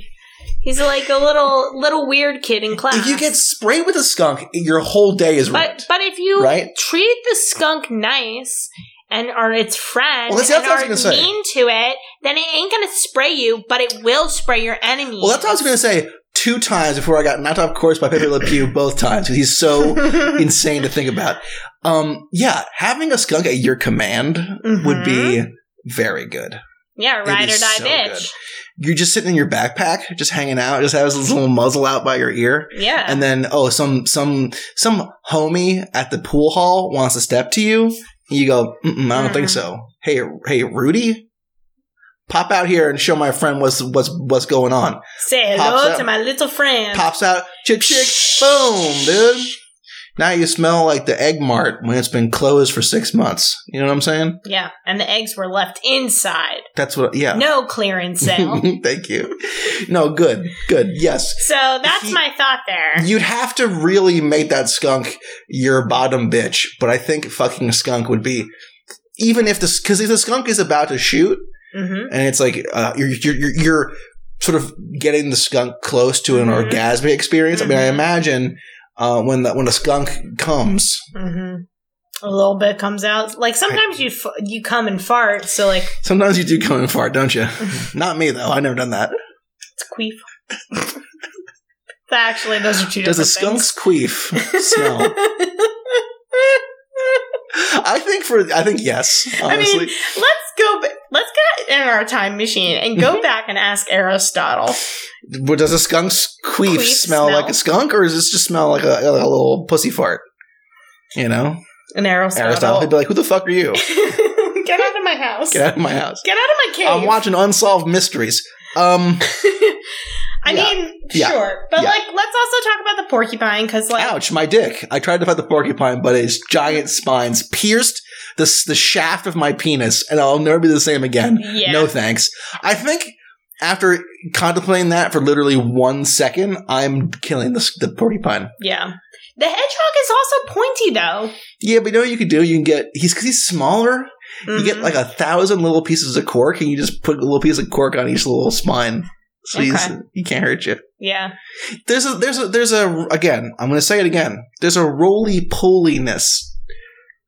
[SPEAKER 2] He's like a little little weird kid in class.
[SPEAKER 4] If you get sprayed with a skunk, your whole day is ruined.
[SPEAKER 2] But but if you
[SPEAKER 4] Right?
[SPEAKER 2] treat the skunk nice and are its friend
[SPEAKER 4] Well, that's- that's
[SPEAKER 2] and
[SPEAKER 4] what I was
[SPEAKER 2] are mean
[SPEAKER 4] gonna say.
[SPEAKER 2] to it, then it ain't gonna spray you, but it will spray your enemy.
[SPEAKER 4] Well, that's what I was going to say two times before I got knocked off course by Pepe
[SPEAKER 2] <laughs>
[SPEAKER 4] Le Pew both times because he's so insane to think about. Um, yeah, having a skunk at your command would be very good.
[SPEAKER 2] Mm-hmm. yeah,
[SPEAKER 4] it
[SPEAKER 2] ride or
[SPEAKER 4] is
[SPEAKER 2] die,
[SPEAKER 4] so
[SPEAKER 2] bitch.
[SPEAKER 4] You're just sitting in your backpack, just hanging out, just has this little muzzle out by your ear.
[SPEAKER 2] Yeah,
[SPEAKER 4] And then, oh, some some some homie at the pool hall wants to step to you. And you go, Mm-mm, I don't think
[SPEAKER 2] Mhm.
[SPEAKER 4] so. Hey, hey, Rudy, pop out here and show my friend what's what's what's going on.
[SPEAKER 2] say
[SPEAKER 4] pops
[SPEAKER 2] hello
[SPEAKER 4] up.
[SPEAKER 2] to my little friend.
[SPEAKER 4] pops out, chick chick, boom, dude. Now you smell like the egg mart when it's been closed for six months. You know what I'm saying?
[SPEAKER 2] Yeah, and the eggs were left inside.
[SPEAKER 4] That's what. Yeah.
[SPEAKER 2] No clearance <laughs> sale.
[SPEAKER 4] <laughs> Thank you. No, good, good. Yes,
[SPEAKER 2] so that's
[SPEAKER 4] He-
[SPEAKER 2] my thought there.
[SPEAKER 4] you'd have to really make that skunk your bottom bitch, but I think fucking skunk would be. Even if this, because if the skunk is about to shoot,
[SPEAKER 2] hmm
[SPEAKER 4] and it's like uh, you're, you're you're you're sort of getting the skunk close to an
[SPEAKER 2] Mhm.
[SPEAKER 4] orgasmic experience. I mean, I
[SPEAKER 2] Mhm.
[SPEAKER 4] imagine uh, when the when a skunk comes,
[SPEAKER 2] hmm A little bit comes out. Like sometimes you f- you come and fart. So like
[SPEAKER 4] Sometimes you do come in far, don't
[SPEAKER 2] <laughs>
[SPEAKER 4] you? Not me though. I've never done that.
[SPEAKER 2] It's queef. Actually, those are two
[SPEAKER 4] Does a
[SPEAKER 2] different
[SPEAKER 4] skunk's queef
[SPEAKER 2] things. <laughs>
[SPEAKER 4] smell? I think for I think yes.
[SPEAKER 2] I
[SPEAKER 4] Honestly,
[SPEAKER 2] mean, let's go. ba- Let's get in our time machine and
[SPEAKER 4] Mm-hmm.
[SPEAKER 2] go back and ask Aristotle.
[SPEAKER 4] but does a skunk's queef,
[SPEAKER 2] Queef
[SPEAKER 4] smell,
[SPEAKER 2] smell?
[SPEAKER 4] like a skunk, or does this just smell like a, like a little pussy fart? You know,
[SPEAKER 2] An Aristotle.
[SPEAKER 4] Aristotle. He'd be like, "Who the fuck are you?
[SPEAKER 2] <laughs> get out of my house.
[SPEAKER 4] Get out of my house.
[SPEAKER 2] Get out of my cave.
[SPEAKER 4] I'm watching Unsolved Mysteries." Um,
[SPEAKER 2] I
[SPEAKER 4] Yeah.
[SPEAKER 2] mean,
[SPEAKER 4] Yeah.
[SPEAKER 2] sure, but
[SPEAKER 4] Yeah.
[SPEAKER 2] like, let's also talk about the porcupine because, like,
[SPEAKER 4] ouch, my dick. I tried to fight the porcupine, but its giant spines pierced the s- the shaft of my penis, and I'll never be the same again.
[SPEAKER 2] yeah,
[SPEAKER 4] No thanks. I think after contemplating that for literally one second, I'm killing the, the porcupine.
[SPEAKER 2] yeah. The hedgehog is also pointy, though.
[SPEAKER 4] Yeah, but you know what you could do? You can get he's because he's smaller. You get
[SPEAKER 2] Mhm.
[SPEAKER 4] like a thousand little pieces of cork, and you just put a little piece of cork on each little spine. So he's,
[SPEAKER 2] Okay.
[SPEAKER 4] he can't hurt you.
[SPEAKER 2] yeah,
[SPEAKER 4] There's a there's a there's a again. I'm going to say it again. There's a roly poliness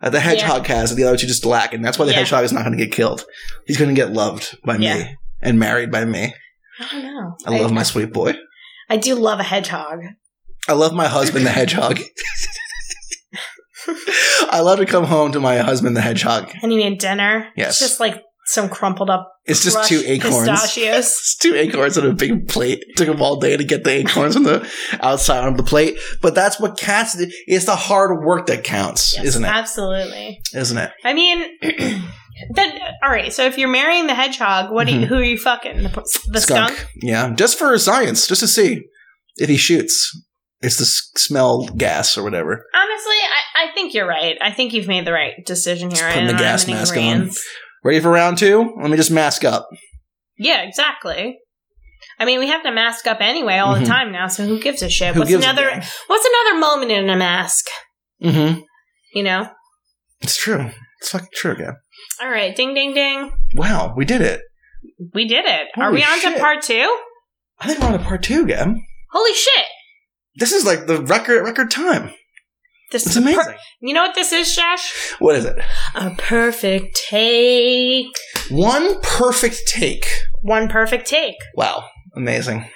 [SPEAKER 4] that the hedgehog has that the other two just lack, and that's why the
[SPEAKER 2] Yeah.
[SPEAKER 4] hedgehog is not going to get killed. He's going to get loved by
[SPEAKER 2] Yeah.
[SPEAKER 4] me and married by me.
[SPEAKER 2] I don't know.
[SPEAKER 4] I love my sweet boy.
[SPEAKER 2] I do love a hedgehog.
[SPEAKER 4] I love my husband the
[SPEAKER 2] <laughs>
[SPEAKER 4] hedgehog. I love to come home to my husband the hedgehog.
[SPEAKER 2] and you need dinner. It's
[SPEAKER 4] Yes.
[SPEAKER 2] just like some crumpled up
[SPEAKER 4] It's just
[SPEAKER 2] crushed
[SPEAKER 4] two acorns.
[SPEAKER 2] pistachios.
[SPEAKER 4] It's two acorns on a big plate. took him all day to get the acorns on the outside on the plate. But that's what cats do. It's the hard work that counts,
[SPEAKER 2] Yes,
[SPEAKER 4] isn't it?
[SPEAKER 2] Absolutely.
[SPEAKER 4] Isn't it?
[SPEAKER 2] I mean, <clears throat> then all right. So if you're marrying the hedgehog, what do you,
[SPEAKER 4] Mhm.
[SPEAKER 2] who are you fucking? The, the skunk.
[SPEAKER 4] Yeah. Just for science, just to see if he shoots. It's the s- smell gas or whatever.
[SPEAKER 2] Honestly, I, I think you're right. I think you've made the right decision here.
[SPEAKER 4] putting the
[SPEAKER 2] and
[SPEAKER 4] gas
[SPEAKER 2] I'm in
[SPEAKER 4] mask
[SPEAKER 2] agreeance.
[SPEAKER 4] Ready for round two? Let me just mask up.
[SPEAKER 2] Yeah, exactly. I mean, we have to mask up anyway all
[SPEAKER 4] Mhm.
[SPEAKER 2] the time now, so who gives a shit?
[SPEAKER 4] Who
[SPEAKER 2] what's
[SPEAKER 4] gives a
[SPEAKER 2] another
[SPEAKER 4] damn?
[SPEAKER 2] what's another moment in a mask?
[SPEAKER 4] Mm-hmm.
[SPEAKER 2] You know?
[SPEAKER 4] It's true. It's fucking true again.
[SPEAKER 2] All right, ding ding ding.
[SPEAKER 4] Wow, we did it.
[SPEAKER 2] We did it. Are
[SPEAKER 4] Holy
[SPEAKER 2] we on
[SPEAKER 4] shit.
[SPEAKER 2] to part two?
[SPEAKER 4] I think we're on to part two, Gab.
[SPEAKER 2] Holy shit.
[SPEAKER 4] This is like the record record time.
[SPEAKER 2] This
[SPEAKER 4] It's
[SPEAKER 2] is a per-
[SPEAKER 4] amazing.
[SPEAKER 2] you know what this is, Josh?
[SPEAKER 4] What is it?
[SPEAKER 2] A perfect take.
[SPEAKER 4] One perfect take.
[SPEAKER 2] One perfect take.
[SPEAKER 4] Wow, amazing.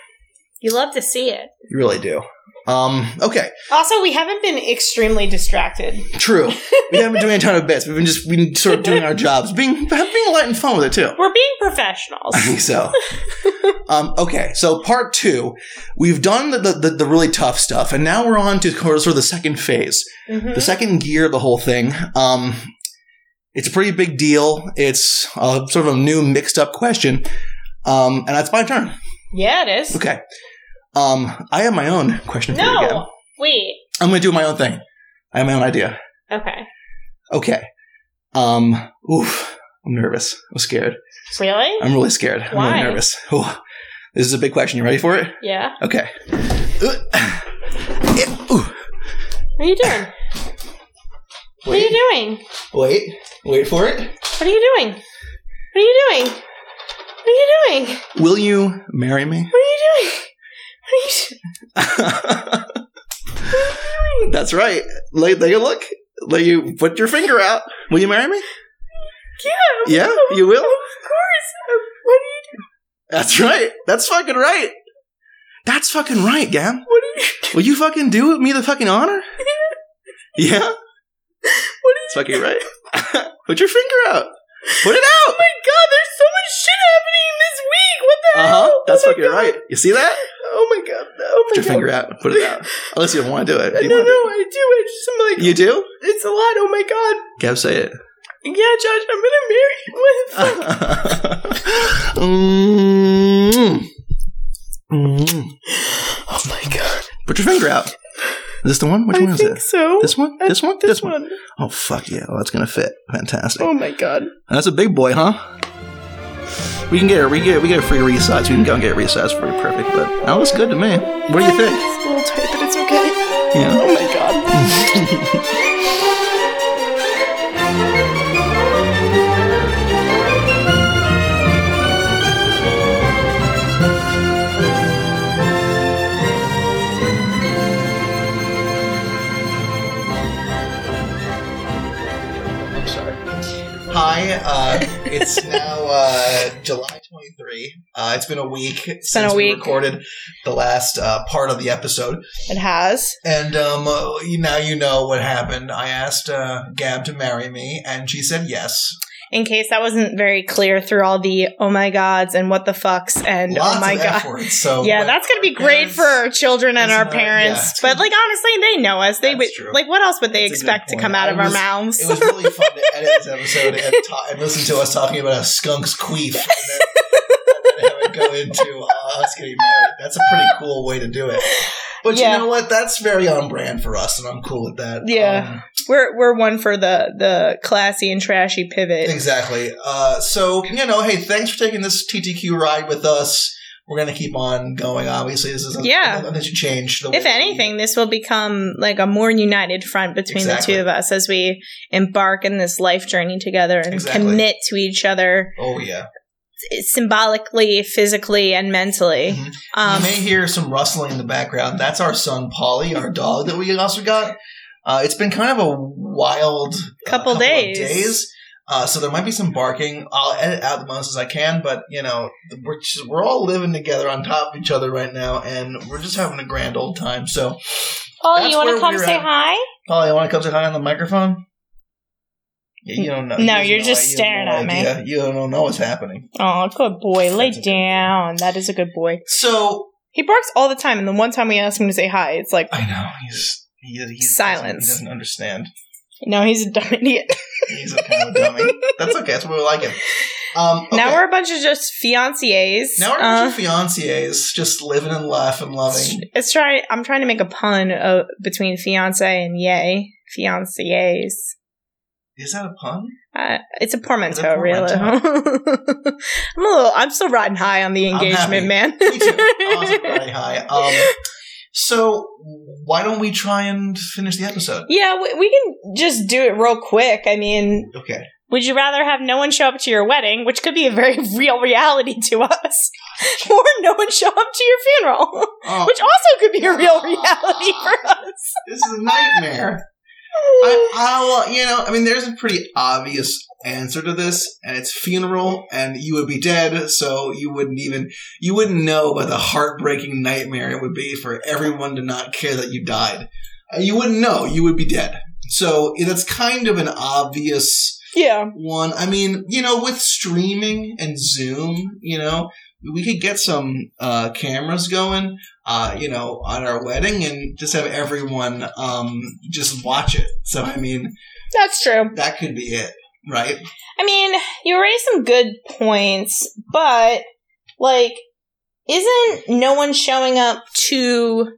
[SPEAKER 2] You love to see it.
[SPEAKER 4] You really do. Um, okay,
[SPEAKER 2] Also, we haven't been extremely distracted.
[SPEAKER 4] true. We haven't been doing a ton of bits. We've been just been sort of doing our jobs, being being light and fun with it too.
[SPEAKER 2] We're being professionals. <laughs>
[SPEAKER 4] I think <laughs> so. um, okay, so part two, we've done the, the, the really tough stuff, and now we're on to sort of the second phase,
[SPEAKER 2] Mhm.
[SPEAKER 4] the second gear of the whole thing. Um, it's a pretty big deal. It's uh sort of a new mixed up question, um, and that's my turn.
[SPEAKER 2] Yeah, it is.
[SPEAKER 4] Okay, um, I have my own question for you. Gab.
[SPEAKER 2] No, wait.
[SPEAKER 4] I'm going to do my own thing. I have my own idea.
[SPEAKER 2] Okay.
[SPEAKER 4] Okay. Um. Oof. I'm nervous. I'm scared.
[SPEAKER 2] Really?
[SPEAKER 4] I'm really scared. I'm
[SPEAKER 2] Why?
[SPEAKER 4] really nervous. Ooh, this is a big question. You ready for it?
[SPEAKER 2] Yeah.
[SPEAKER 4] Okay. Ooh. Yeah, <coughs> ooh.
[SPEAKER 2] What are you doing? What are you doing?
[SPEAKER 4] Wait. Wait for it.
[SPEAKER 2] What are you doing? What are you doing? What are you doing?
[SPEAKER 4] Will you marry me?
[SPEAKER 2] What are you doing? What are you doing?
[SPEAKER 4] That's <laughs> right. Like, take a look. Like you put your finger out. Will you marry me?
[SPEAKER 2] Yeah.
[SPEAKER 4] Yeah, you
[SPEAKER 2] Of
[SPEAKER 4] will.
[SPEAKER 2] course. Uh, What are you
[SPEAKER 4] That's right. That's fucking right. That's fucking right, Gam.
[SPEAKER 2] What are you
[SPEAKER 4] Will you fucking do me the
[SPEAKER 2] <laughs>
[SPEAKER 4] fucking honor? Yeah? What It's fucking right. <laughs> Put your finger out. Put it out.
[SPEAKER 2] Oh my god, there's so much shit happening this week. What the
[SPEAKER 4] Uh
[SPEAKER 2] hell?
[SPEAKER 4] huh.
[SPEAKER 2] Oh
[SPEAKER 4] That's
[SPEAKER 2] my
[SPEAKER 4] fucking
[SPEAKER 2] God.
[SPEAKER 4] right. You see that?
[SPEAKER 2] Oh my god. Oh my
[SPEAKER 4] Put your
[SPEAKER 2] god.
[SPEAKER 4] finger out. Put it
[SPEAKER 2] <laughs>
[SPEAKER 4] out. Unless you don't want to do it. Do
[SPEAKER 2] No,
[SPEAKER 4] you
[SPEAKER 2] no,
[SPEAKER 4] wanna do
[SPEAKER 2] I do. I just am
[SPEAKER 4] it?
[SPEAKER 2] like,
[SPEAKER 4] You do?
[SPEAKER 2] it's a lot. Oh my god.
[SPEAKER 4] Gab, say it.
[SPEAKER 2] Yeah, Josh, I'm gonna marry you. What the fuck?
[SPEAKER 4] <laughs> Mm. Mm.
[SPEAKER 2] Oh my god.
[SPEAKER 4] Put your finger out. Is this the one? Which
[SPEAKER 2] I
[SPEAKER 4] one is
[SPEAKER 2] think
[SPEAKER 4] it?
[SPEAKER 2] so.
[SPEAKER 4] This one?
[SPEAKER 2] I-
[SPEAKER 4] This one?
[SPEAKER 2] This one.
[SPEAKER 4] Oh, fuck yeah. Oh, that's going to fit. Fantastic.
[SPEAKER 2] Oh my god.
[SPEAKER 4] That's a big boy, huh? We can get it. We get it. We get a free resize. We can go and get a resize for you. Perfect. But that looks good to me. What do you think?
[SPEAKER 2] It's a little tight, but it's okay.
[SPEAKER 4] Yeah.
[SPEAKER 2] Oh my god.
[SPEAKER 4] I'm sorry. Hi. Uh, it's now uh, July 23. Uh, it's been a week
[SPEAKER 2] been a
[SPEAKER 4] since we
[SPEAKER 2] week.
[SPEAKER 4] recorded the last uh, part of the episode,
[SPEAKER 2] It has.
[SPEAKER 4] and um, uh, you- now you know what happened. I asked uh, Gab to marry me, and she said yes.
[SPEAKER 2] In case that wasn't very clear through all the oh my gods and what the fucks and
[SPEAKER 4] Lots
[SPEAKER 2] oh my
[SPEAKER 4] of F
[SPEAKER 2] god.
[SPEAKER 4] words, so
[SPEAKER 2] Yeah,
[SPEAKER 4] but
[SPEAKER 2] that's gonna be
[SPEAKER 4] our
[SPEAKER 2] great
[SPEAKER 4] parents-
[SPEAKER 2] for our children and
[SPEAKER 4] Isn't
[SPEAKER 2] our
[SPEAKER 4] that-
[SPEAKER 2] parents.
[SPEAKER 4] yeah.
[SPEAKER 2] But like honestly, they know us. They
[SPEAKER 4] That's
[SPEAKER 2] would
[SPEAKER 4] true.
[SPEAKER 2] like what else would they
[SPEAKER 4] That's a good
[SPEAKER 2] expect to
[SPEAKER 4] point.
[SPEAKER 2] come out
[SPEAKER 4] I
[SPEAKER 2] of our
[SPEAKER 4] was-
[SPEAKER 2] mouths?
[SPEAKER 4] It was really fun to edit this episode and, ta- and listen to us talking about a skunk's queef. And then, and have it go into uh, us getting married. That's a pretty cool way to do it. But
[SPEAKER 2] Yeah.
[SPEAKER 4] you know what? That's very on brand for us, and I'm cool with that.
[SPEAKER 2] Yeah.
[SPEAKER 4] Um,
[SPEAKER 2] <laughs> we're we're one for the the classy and trashy pivot.
[SPEAKER 4] exactly. Uh, so, you know, hey, thanks for taking this TTQ ride with us. We're going to keep on going, obviously. This is
[SPEAKER 2] Yeah.
[SPEAKER 4] Nothing should change. The way
[SPEAKER 2] If anything, this will become like a more united front between
[SPEAKER 4] Exactly.
[SPEAKER 2] the two of us as we embark in this life journey together and
[SPEAKER 4] Exactly.
[SPEAKER 2] commit to each other
[SPEAKER 4] Oh, yeah.
[SPEAKER 2] symbolically, physically, and mentally.
[SPEAKER 4] Mhm.
[SPEAKER 2] Um,
[SPEAKER 4] you may hear some rustling in the background. That's our son Polly, our dog that we also got. Uh, it's been kind of a wild uh,
[SPEAKER 2] Couple
[SPEAKER 4] of
[SPEAKER 2] days.
[SPEAKER 4] days. Uh, so there might be some barking. I'll edit out the most as I can, but you know we're just, we're all living together on top of each other right now, and we're just having a grand old time. So
[SPEAKER 2] Paul,
[SPEAKER 4] That's
[SPEAKER 2] you want
[SPEAKER 4] where
[SPEAKER 2] to come
[SPEAKER 4] we're
[SPEAKER 2] say
[SPEAKER 4] at.
[SPEAKER 2] hi?
[SPEAKER 4] Polly, I want to Oh, come say hi on the microphone. Yeah, you don't know.
[SPEAKER 2] No,
[SPEAKER 4] you have
[SPEAKER 2] you're just
[SPEAKER 4] you have
[SPEAKER 2] staring at me.
[SPEAKER 4] idea. You don't know what's happening.
[SPEAKER 2] Oh, good boy. Lay
[SPEAKER 4] That's a good
[SPEAKER 2] down. That is a good boy.
[SPEAKER 4] So
[SPEAKER 2] He barks all the time, and the one time we ask him to say hi, it's
[SPEAKER 4] <laughs>
[SPEAKER 2] like,
[SPEAKER 4] I know he's he, he's
[SPEAKER 2] Silence.
[SPEAKER 4] He doesn't understand.
[SPEAKER 2] no, he's a dumb idiot.
[SPEAKER 4] <laughs> He's a kind of dummy. That's okay. That's what we like him. Um,
[SPEAKER 2] <laughs>
[SPEAKER 4] okay.
[SPEAKER 2] Now we're a bunch of just fiancés.
[SPEAKER 4] now we're
[SPEAKER 2] Uh,
[SPEAKER 4] uh, fiancés, just living and laughing and loving.
[SPEAKER 2] It's try. I'm trying to make a pun uh, between fiance and yay fiancés.
[SPEAKER 4] Is that a pun?
[SPEAKER 6] Uh, it's a
[SPEAKER 4] It's
[SPEAKER 6] portmanteau,
[SPEAKER 4] a
[SPEAKER 6] really. I'm a little. <laughs> I'm still riding high on the
[SPEAKER 4] I'm happy.
[SPEAKER 6] engagement, man.
[SPEAKER 2] <laughs>
[SPEAKER 4] Me too.
[SPEAKER 6] <laughs>
[SPEAKER 4] I was very high. Um, so why don't we try and finish the episode?
[SPEAKER 6] yeah, we, we can just do it real quick. I mean,
[SPEAKER 4] Okay.
[SPEAKER 6] would you rather have no one show up to your wedding, which could be a very <laughs> real reality to us, <laughs> or no one show up to your funeral, <laughs>
[SPEAKER 4] Oh,
[SPEAKER 6] which also could be a real reality for us?
[SPEAKER 4] this is a nightmare. I, I'll, you know, I mean, there's a pretty obvious answer to this, and it's funeral, and you would be dead, so you wouldn't even, you wouldn't know what the heartbreaking nightmare it would be for everyone to not care that you died. Uh, You wouldn't know. You would be dead. So that's kind of an obvious
[SPEAKER 6] yeah.
[SPEAKER 4] one. I mean, you know, with streaming and Zoom, you know, we could get some uh, cameras going, uh, you know, on our wedding and just have everyone um, just watch it. So, I mean,
[SPEAKER 6] That's true.
[SPEAKER 4] that could be it, right?
[SPEAKER 6] I mean, you raised some good points, but like, isn't no one showing up to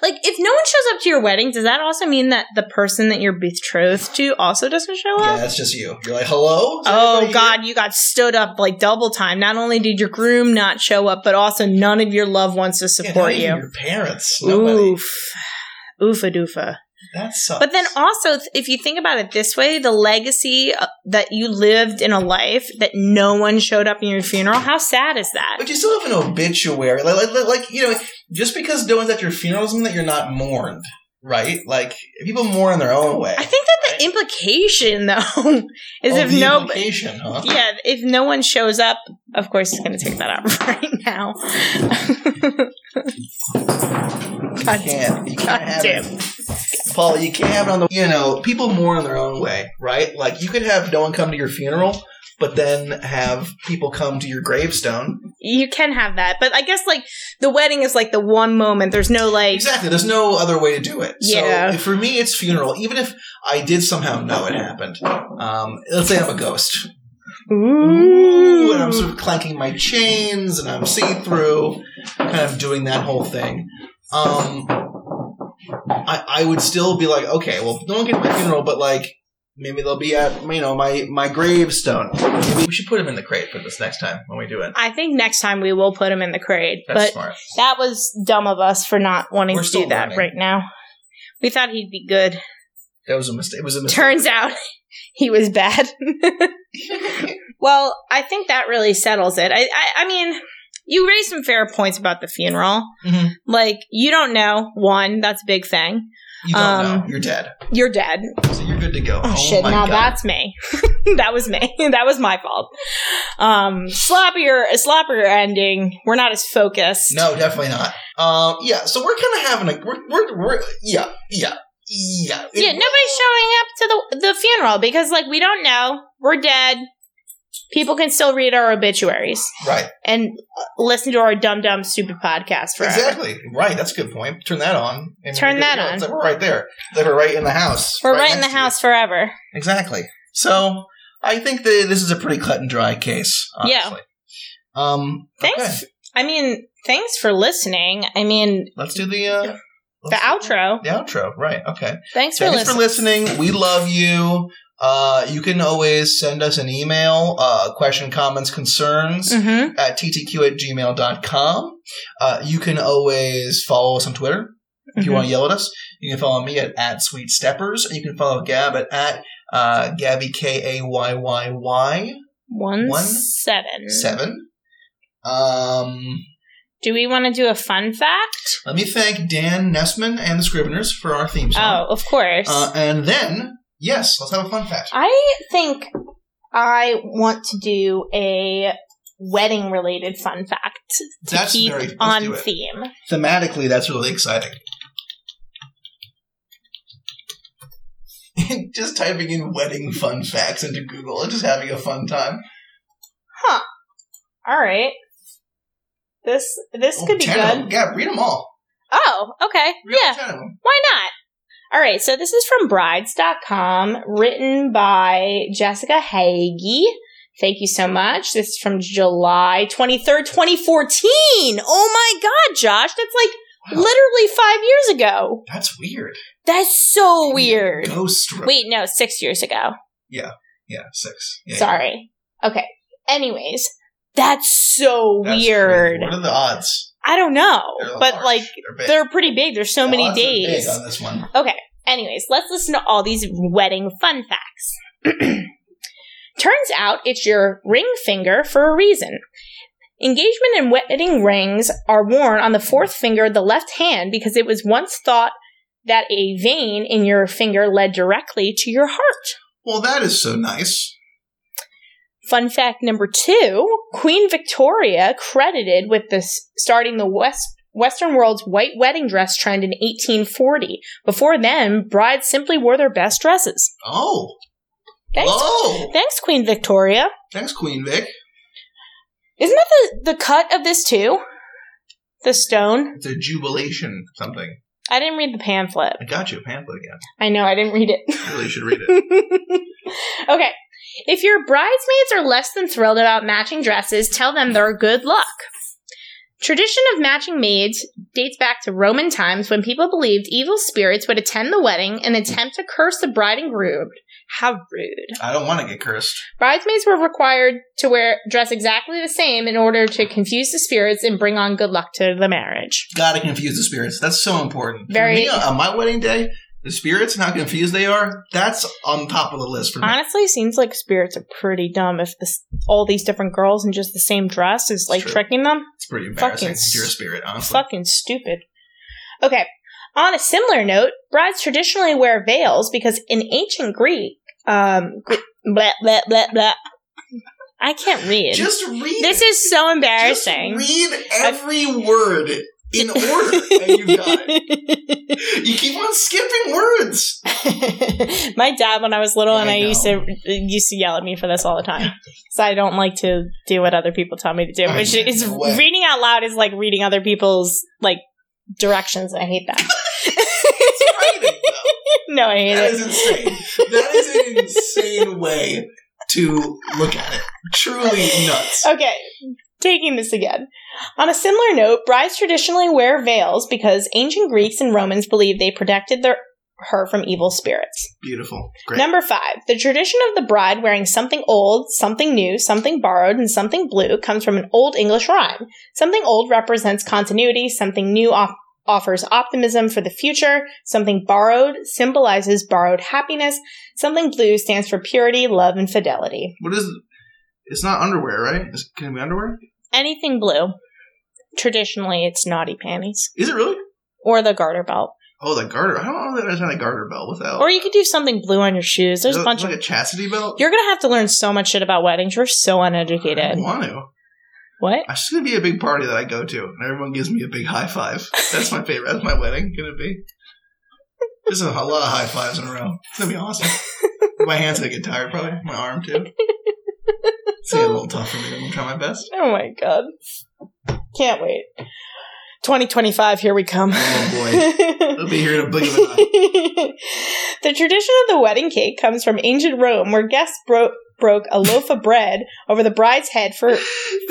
[SPEAKER 6] like if no one shows up to your wedding, does that also mean that the person that you're betrothed to also doesn't show
[SPEAKER 4] Yeah,
[SPEAKER 6] up?
[SPEAKER 4] that's just you. You're like, hello? Is everybody
[SPEAKER 6] Oh
[SPEAKER 4] here?"
[SPEAKER 6] god, you got stood up like double time. Not only did your groom not show up, but also none of your loved ones to
[SPEAKER 4] Yeah, not
[SPEAKER 6] support
[SPEAKER 4] even
[SPEAKER 6] you.
[SPEAKER 4] Your parents. Nobody.
[SPEAKER 6] Oof. Oofa doofa.
[SPEAKER 4] That sucks.
[SPEAKER 6] But then also, th- if you think about it this way, the legacy uh, that you lived in a life that no one showed up in your funeral, how sad is that?
[SPEAKER 4] But you still have an obituary. Like, like, like you know, just because no one's at your funeral doesn't mean that you're not mourned, right? Like, people mourn in their own way.
[SPEAKER 6] I think that the implication, <laughs> though, is
[SPEAKER 4] Oh,
[SPEAKER 6] if
[SPEAKER 4] the
[SPEAKER 6] no,
[SPEAKER 4] implication, huh?
[SPEAKER 6] yeah, if no one shows up, of course, he's going to take that out <laughs> right
[SPEAKER 4] <laughs>
[SPEAKER 6] now.
[SPEAKER 4] You can't. You can't have
[SPEAKER 6] Goddamn.
[SPEAKER 4] it. Paul, you can't have it on the. You know, people mourn in their own way, right? Like, you could have no one come to your funeral, but then have people come to your gravestone.
[SPEAKER 6] you can have that, but I guess like the wedding is like the one moment. There's no like,
[SPEAKER 4] Exactly. There's no other way to do it.
[SPEAKER 6] Yeah.
[SPEAKER 4] So, for me, it's funeral. Even if I did somehow know it happened, um, let's say I'm a ghost. Ooh, and I'm sort of clanking my chains and I'm see through, kind of doing that whole thing. Um, I, I would still be like, okay, well, no one came to my funeral, but like, maybe they'll be at, you know, my, my gravestone. Maybe we should put him in the crate for this next time when we do it.
[SPEAKER 6] I think next time we will put him in the crate,
[SPEAKER 4] That's
[SPEAKER 6] but
[SPEAKER 4] smart.
[SPEAKER 6] That was dumb of us for not wanting
[SPEAKER 4] We're
[SPEAKER 6] to
[SPEAKER 4] still
[SPEAKER 6] do that
[SPEAKER 4] learning.
[SPEAKER 6] right now. We thought he'd be good.
[SPEAKER 4] That was a mistake. It was a mistake.
[SPEAKER 6] <laughs> Turns out he was bad. <laughs> well, I think that really settles it. I, I, I mean, you raised some fair points about the funeral.
[SPEAKER 4] Mhm.
[SPEAKER 6] Like, you don't know. One, that's a big thing.
[SPEAKER 4] You don't
[SPEAKER 6] Um,
[SPEAKER 4] know. You're dead.
[SPEAKER 6] You're dead.
[SPEAKER 4] So you're good to go.
[SPEAKER 6] Oh, shit!
[SPEAKER 4] my
[SPEAKER 6] Now
[SPEAKER 4] God.
[SPEAKER 6] that's me. <laughs> that was me. <laughs> that was my fault. Um, sloppier, a sloppier ending. We're not as focused.
[SPEAKER 4] No, definitely not. Um, yeah, so we're kind of having a, we're, we're, we're, yeah, yeah, yeah.
[SPEAKER 6] Yeah, nobody's showing up to the the funeral because like we don't know. We're dead. People can still read our obituaries
[SPEAKER 4] Right.
[SPEAKER 6] and uh, listen to our dumb dumb stupid podcast forever.
[SPEAKER 4] Exactly. Right. That's a good point. Turn that on. and
[SPEAKER 6] Turn
[SPEAKER 4] you're good
[SPEAKER 6] that
[SPEAKER 4] to go.
[SPEAKER 6] on.
[SPEAKER 4] It's Like we're right there. It's Like we're right in the house.
[SPEAKER 6] We're right, in the
[SPEAKER 4] next to
[SPEAKER 6] house forever.
[SPEAKER 4] you. Exactly. So I think that this is a pretty cut and dry case. Honestly.
[SPEAKER 6] Yeah.
[SPEAKER 4] Um.
[SPEAKER 6] Thanks.
[SPEAKER 4] okay.
[SPEAKER 6] I mean, thanks for listening. I mean,
[SPEAKER 4] Let's do the uh,
[SPEAKER 6] the
[SPEAKER 4] let's do
[SPEAKER 6] outro.
[SPEAKER 4] The outro. Right. Okay.
[SPEAKER 6] Thanks for
[SPEAKER 4] Thanks
[SPEAKER 6] listening.
[SPEAKER 4] for listening. We love you. Uh, you can always send us an email, uh, question, comments, concerns
[SPEAKER 6] Mhm.
[SPEAKER 4] at ttq at gmail.com. Uh, you can always follow us on Twitter. If you
[SPEAKER 6] Mhm.
[SPEAKER 4] want to yell at us, you can follow me at, at Sweet Steppers, and you can follow Gab at, at uh, Gabby K A Y Y Y
[SPEAKER 6] One,
[SPEAKER 4] One-
[SPEAKER 6] seven.
[SPEAKER 4] seven. Um,
[SPEAKER 6] Do we want to do a fun fact?
[SPEAKER 4] let me thank Dan Nessman and the Scriveners for our theme song.
[SPEAKER 6] Oh, of course.
[SPEAKER 4] Uh, and then, yes, let's have a fun fact.
[SPEAKER 6] I think I want to do a wedding related fun fact to
[SPEAKER 4] That's
[SPEAKER 6] keep
[SPEAKER 4] very- let's do
[SPEAKER 6] on
[SPEAKER 4] it.
[SPEAKER 6] theme.
[SPEAKER 4] Thematically, that's really exciting. <laughs> just typing in wedding fun facts into Google and just having a fun time.
[SPEAKER 6] All right. This this
[SPEAKER 4] Oh,
[SPEAKER 6] could be
[SPEAKER 4] 10 of them.
[SPEAKER 6] good.
[SPEAKER 4] Yeah, read them all.
[SPEAKER 6] Oh, okay.
[SPEAKER 4] Read all
[SPEAKER 6] yeah,
[SPEAKER 4] 10 of them.
[SPEAKER 6] why not? All right, so this is from brides.com, written by Jessica Hagee. Thank you so much. This is from July 23rd, 2014. Oh my god, Josh, that's like
[SPEAKER 4] Wow.
[SPEAKER 6] literally 5 years ago.
[SPEAKER 4] That's weird.
[SPEAKER 6] That's so weird.
[SPEAKER 4] Ghost.
[SPEAKER 6] Wait, no, six years ago.
[SPEAKER 4] Yeah, six. Yeah,
[SPEAKER 6] Sorry. Okay. Anyways, that's so
[SPEAKER 4] That's
[SPEAKER 6] weird.
[SPEAKER 4] crazy. What are the odds?
[SPEAKER 6] I don't know,
[SPEAKER 4] They're
[SPEAKER 6] but
[SPEAKER 4] large.
[SPEAKER 6] like
[SPEAKER 4] They're big.
[SPEAKER 6] they're pretty big. There's so
[SPEAKER 4] The
[SPEAKER 6] many
[SPEAKER 4] odds are big
[SPEAKER 6] days.
[SPEAKER 4] on this one.
[SPEAKER 6] Anyways, let's listen to all these wedding fun facts. <clears throat> Turns out it's your ring finger for a reason. Engagement and wedding rings are worn on the fourth finger of the left hand because it was once thought that a vein in your finger led directly to your heart.
[SPEAKER 4] Well, that is so nice.
[SPEAKER 6] Fun fact number two Queen Victoria, credited with this starting the West, Western world's white wedding dress trend in 1840. Before then, brides simply wore their best dresses.
[SPEAKER 4] Oh,
[SPEAKER 6] Thanks,
[SPEAKER 4] oh,
[SPEAKER 6] thanks Queen Victoria.
[SPEAKER 4] thanks, Queen Vic.
[SPEAKER 6] Isn't that the, the cut of this too? The stone?
[SPEAKER 4] It's a jubilation something.
[SPEAKER 6] I didn't read the pamphlet.
[SPEAKER 4] I got you a pamphlet again.
[SPEAKER 6] I know, I didn't read it. <laughs>
[SPEAKER 4] You really should read it.
[SPEAKER 6] okay. If your bridesmaids are less than thrilled about matching dresses, tell them they're good luck. Tradition of matching maids dates back to Roman times when people believed evil spirits would attend the wedding and attempt to curse the bride and groom. How rude.
[SPEAKER 4] I don't want to get cursed.
[SPEAKER 6] Bridesmaids were required to wear dress exactly the same in order to confuse the spirits and bring on good luck to the marriage.
[SPEAKER 4] Gotta confuse the spirits. That's so important. For
[SPEAKER 6] Very-
[SPEAKER 4] me, uh, on my wedding day, the spirits and how confused they are, that's on top of the list for me.
[SPEAKER 6] Honestly, seems like spirits are pretty dumb if this, all these different girls in just the same dress is like
[SPEAKER 4] True.
[SPEAKER 6] tricking them.
[SPEAKER 4] It's pretty embarrassing.
[SPEAKER 6] fucking
[SPEAKER 4] Dear spirit, honestly.
[SPEAKER 6] Fucking stupid. Okay. On a similar note, brides traditionally wear veils because in ancient Greek, um, Gre- blah blah blah blah. I can't read.
[SPEAKER 4] Just read
[SPEAKER 6] this is so
[SPEAKER 4] Just
[SPEAKER 6] embarrassing.
[SPEAKER 4] read every word
[SPEAKER 6] <laughs>
[SPEAKER 4] in order and you got it. You keep on skipping words.
[SPEAKER 6] My dad, when I was little, and
[SPEAKER 4] I
[SPEAKER 6] I,
[SPEAKER 4] know.
[SPEAKER 6] used to used to yell at me for this all the time because I don't like to do what other people tell me to do.
[SPEAKER 4] I
[SPEAKER 6] Which
[SPEAKER 4] know.
[SPEAKER 6] is
[SPEAKER 4] No way.
[SPEAKER 6] reading out loud is like reading other people's like directions. I
[SPEAKER 4] <laughs>
[SPEAKER 6] hate that.
[SPEAKER 4] Writing,
[SPEAKER 6] <laughs>
[SPEAKER 4] though.
[SPEAKER 6] no, I hate
[SPEAKER 4] That
[SPEAKER 6] it.
[SPEAKER 4] is insane. That is an insane way to look at it. Truly nuts.
[SPEAKER 6] Okay, taking this again. On a similar note, brides traditionally wear veils because ancient Greeks and Romans believed they protected their her from evil spirits.
[SPEAKER 4] Beautiful. Great.
[SPEAKER 6] Number five, the tradition of the bride wearing something old, something new, something borrowed, and something blue comes from an old English rhyme. Something old represents continuity, something new off- offers optimism for the future, something borrowed symbolizes borrowed happiness, something blue stands for purity, love, and fidelity.
[SPEAKER 4] What is? It's not underwear, right? Is, can it be underwear?
[SPEAKER 6] anything blue. Traditionally, it's naughty panties
[SPEAKER 4] Is it really?
[SPEAKER 6] or the garter belt,
[SPEAKER 4] Oh, the garter. I don't know that I understand a garter belt without.
[SPEAKER 6] or you could do something blue on your shoes. There's a
[SPEAKER 4] Is it
[SPEAKER 6] bunch
[SPEAKER 4] like
[SPEAKER 6] of.
[SPEAKER 4] a chastity belt.
[SPEAKER 6] You're gonna have to learn so much shit about weddings. You're so
[SPEAKER 4] I
[SPEAKER 6] uneducated.
[SPEAKER 4] don't want to.
[SPEAKER 6] What?
[SPEAKER 4] It's just gonna be a big party that I go to, and everyone gives me a big high five. That's my favorite. That's my wedding gonna be. This is a lot of high fives in a row. It's gonna be
[SPEAKER 6] <laughs>
[SPEAKER 4] awesome. my hands gonna get tired, probably. My arm too. It's gonna get a little tough for me. but I'm gonna try my best.
[SPEAKER 6] Oh my god! Can't wait. 2025, here we come.
[SPEAKER 4] Oh, It'll be here in a blink of an eye.
[SPEAKER 6] <laughs> the tradition of the wedding cake comes from ancient Rome, where guests bro- broke a loaf of bread over the bride's head for
[SPEAKER 4] The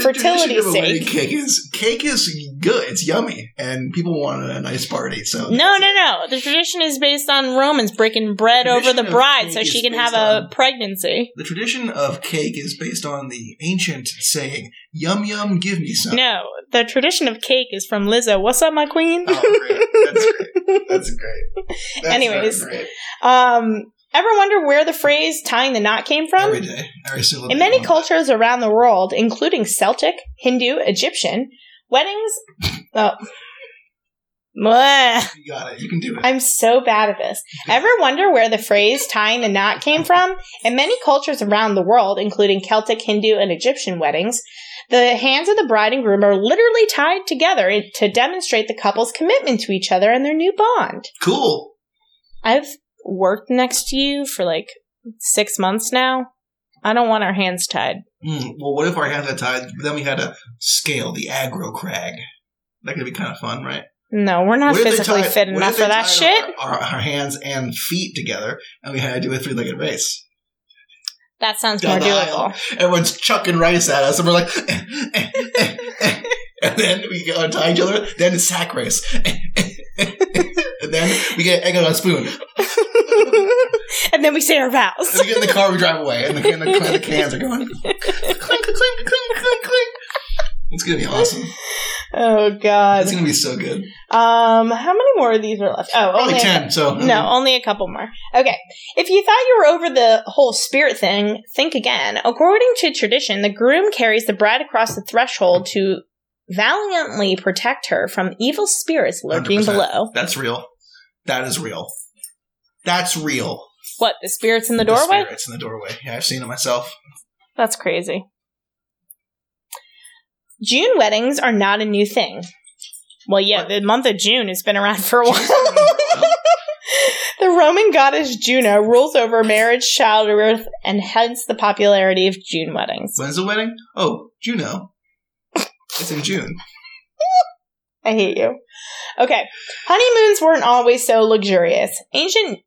[SPEAKER 6] Fertility
[SPEAKER 4] tradition of a wedding
[SPEAKER 6] sake.
[SPEAKER 4] Cake is cake is good. It's yummy, and people want a nice party. So
[SPEAKER 6] No, no, no. The tradition is based on Romans breaking bread
[SPEAKER 4] Tradition
[SPEAKER 6] over the
[SPEAKER 4] of
[SPEAKER 6] bride
[SPEAKER 4] cake
[SPEAKER 6] so
[SPEAKER 4] is
[SPEAKER 6] she can
[SPEAKER 4] based
[SPEAKER 6] have a
[SPEAKER 4] on-
[SPEAKER 6] pregnancy.
[SPEAKER 4] The tradition of cake is based on the ancient saying "Yum yum, give me some."
[SPEAKER 6] No, the tradition of cake is from Lizzo. What's up, my queen?
[SPEAKER 4] Oh, great. That's great. That's great. That's very
[SPEAKER 6] Anyways.
[SPEAKER 4] great.
[SPEAKER 6] um, ever wonder where the phrase tying the knot came from?
[SPEAKER 4] every day, every single day.
[SPEAKER 6] um,
[SPEAKER 4] Oh,
[SPEAKER 6] In many cultures around the world, including Celtic, Hindu, Egyptian, weddings. Oh. <laughs> Mwah.
[SPEAKER 4] you got it. You can do it.
[SPEAKER 6] <laughs> I'm so bad at this. Ever wonder where the phrase tying the knot came from? In many cultures around the world, including Celtic, Hindu, and Egyptian weddings, the hands of the bride and groom are literally tied together in- to demonstrate the couple's commitment to each other and their new bond.
[SPEAKER 4] cool.
[SPEAKER 6] I've worked next to you for like six months now. I don't want our hands tied.
[SPEAKER 4] Mm, well, what if our hands got tied? but Then we had to scale the aggro crag. That could be kind of fun, right?
[SPEAKER 6] No, we're not
[SPEAKER 4] What if they
[SPEAKER 6] physically
[SPEAKER 4] tied-
[SPEAKER 6] fit
[SPEAKER 4] what
[SPEAKER 6] enough
[SPEAKER 4] if
[SPEAKER 6] for
[SPEAKER 4] they
[SPEAKER 6] that
[SPEAKER 4] tied
[SPEAKER 6] shit.
[SPEAKER 4] Our, our, our hands and feet together, and we had to do a three-legged race.
[SPEAKER 6] That sounds more
[SPEAKER 4] Down the aisle. <laughs>
[SPEAKER 6] doable. <laughs>
[SPEAKER 4] Everyone's chucking rice at us, and we're like, eh, eh, eh, eh. and then we go tie each other. Then it's sack <laughs> race, and then we get egg on a spoon.
[SPEAKER 6] and then we say our
[SPEAKER 4] And <laughs>
[SPEAKER 6] vows.
[SPEAKER 4] we get in the car, we drive away, and the, and the, and the cans are going clink, clink, clink, clink, clink, clink. It's gonna be awesome.
[SPEAKER 6] Oh God.
[SPEAKER 4] It's gonna be so good.
[SPEAKER 6] Um, how many more of these are left? Oh,
[SPEAKER 4] Probably
[SPEAKER 6] only a
[SPEAKER 4] ten. Mm-hmm. So
[SPEAKER 6] No, only a couple more. Okay. If you thought you were over the whole spirit thing, think again. According to tradition, the groom carries the bride across the threshold to valiantly protect her from evil spirits lurking
[SPEAKER 4] 100%.
[SPEAKER 6] below.
[SPEAKER 4] that's real. That is real. That's real.
[SPEAKER 6] What, the spirits in the
[SPEAKER 4] The
[SPEAKER 6] doorway?
[SPEAKER 4] spirits in the doorway. Yeah, I've seen it myself.
[SPEAKER 6] That's crazy. June weddings are not a new thing. Well, yeah, the month of June has been around for a while. <laughs> the Roman goddess Juno rules over marriage, childbirth, and hence the popularity of June weddings.
[SPEAKER 4] When's the wedding? Oh, Juno. It's in June.
[SPEAKER 6] I hate you. Okay. Honeymoons weren't always so luxurious. Ancient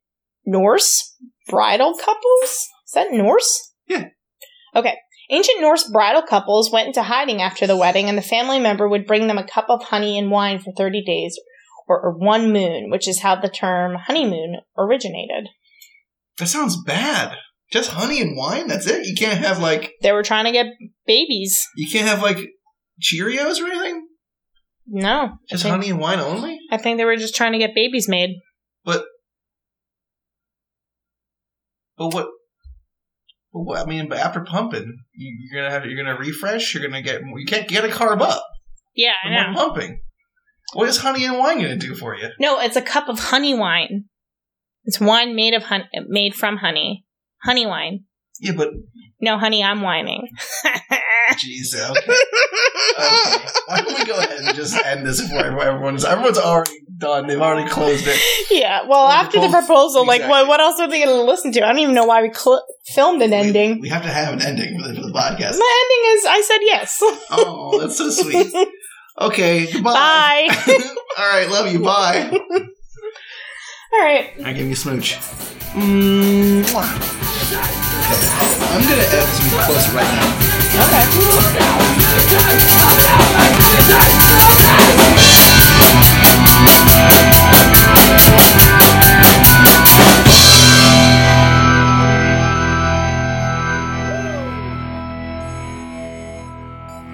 [SPEAKER 6] Norse bridal couples? Is that Norse?
[SPEAKER 4] Yeah.
[SPEAKER 6] Okay. Ancient Norse bridal couples went into hiding after the wedding, and the family member would bring them a cup of honey and wine for 30 days or, or one moon, which is how the term honeymoon originated.
[SPEAKER 4] That sounds bad. Just honey and wine. That's it. You can't have like
[SPEAKER 6] They were trying to get babies.
[SPEAKER 4] you can't have like Cheerios or anything.
[SPEAKER 6] No. I
[SPEAKER 4] Just
[SPEAKER 6] think,
[SPEAKER 4] honey and wine only.
[SPEAKER 6] I think they were just trying to get babies made.
[SPEAKER 4] But what? But what I mean, but after pumping, you, you're gonna have you're gonna refresh. You're gonna get you can't get a carb up
[SPEAKER 6] Yeah,
[SPEAKER 4] from more pumping. What is honey and wine gonna do for you?
[SPEAKER 6] No, it's a cup of honey wine. It's wine made of honey, made from honey. Honey wine.
[SPEAKER 4] Yeah, but
[SPEAKER 6] No, honey, I'm whining. <laughs>
[SPEAKER 4] jeez, okay. okay. Why don't we go ahead and just end this before everyone- everyone's everyone's already done. They've already closed it.
[SPEAKER 6] yeah, well,
[SPEAKER 4] Well,
[SPEAKER 6] after the
[SPEAKER 4] propos-
[SPEAKER 6] proposal, like,
[SPEAKER 4] exactly.
[SPEAKER 6] what, what else are they going to listen to? I don't even know why we cl- filmed an
[SPEAKER 4] We,
[SPEAKER 6] ending.
[SPEAKER 4] we have to have an ending for the, for the podcast.
[SPEAKER 6] My ending is I said yes. <laughs>
[SPEAKER 4] Oh, that's so sweet. Okay, goodbye.
[SPEAKER 6] Bye.
[SPEAKER 4] <laughs> All right, love you. Bye.
[SPEAKER 6] All right.
[SPEAKER 4] I give you smooch. Mwah. Okay, I'm gonna edit some close right now.
[SPEAKER 6] Okay.
[SPEAKER 7] Tonight,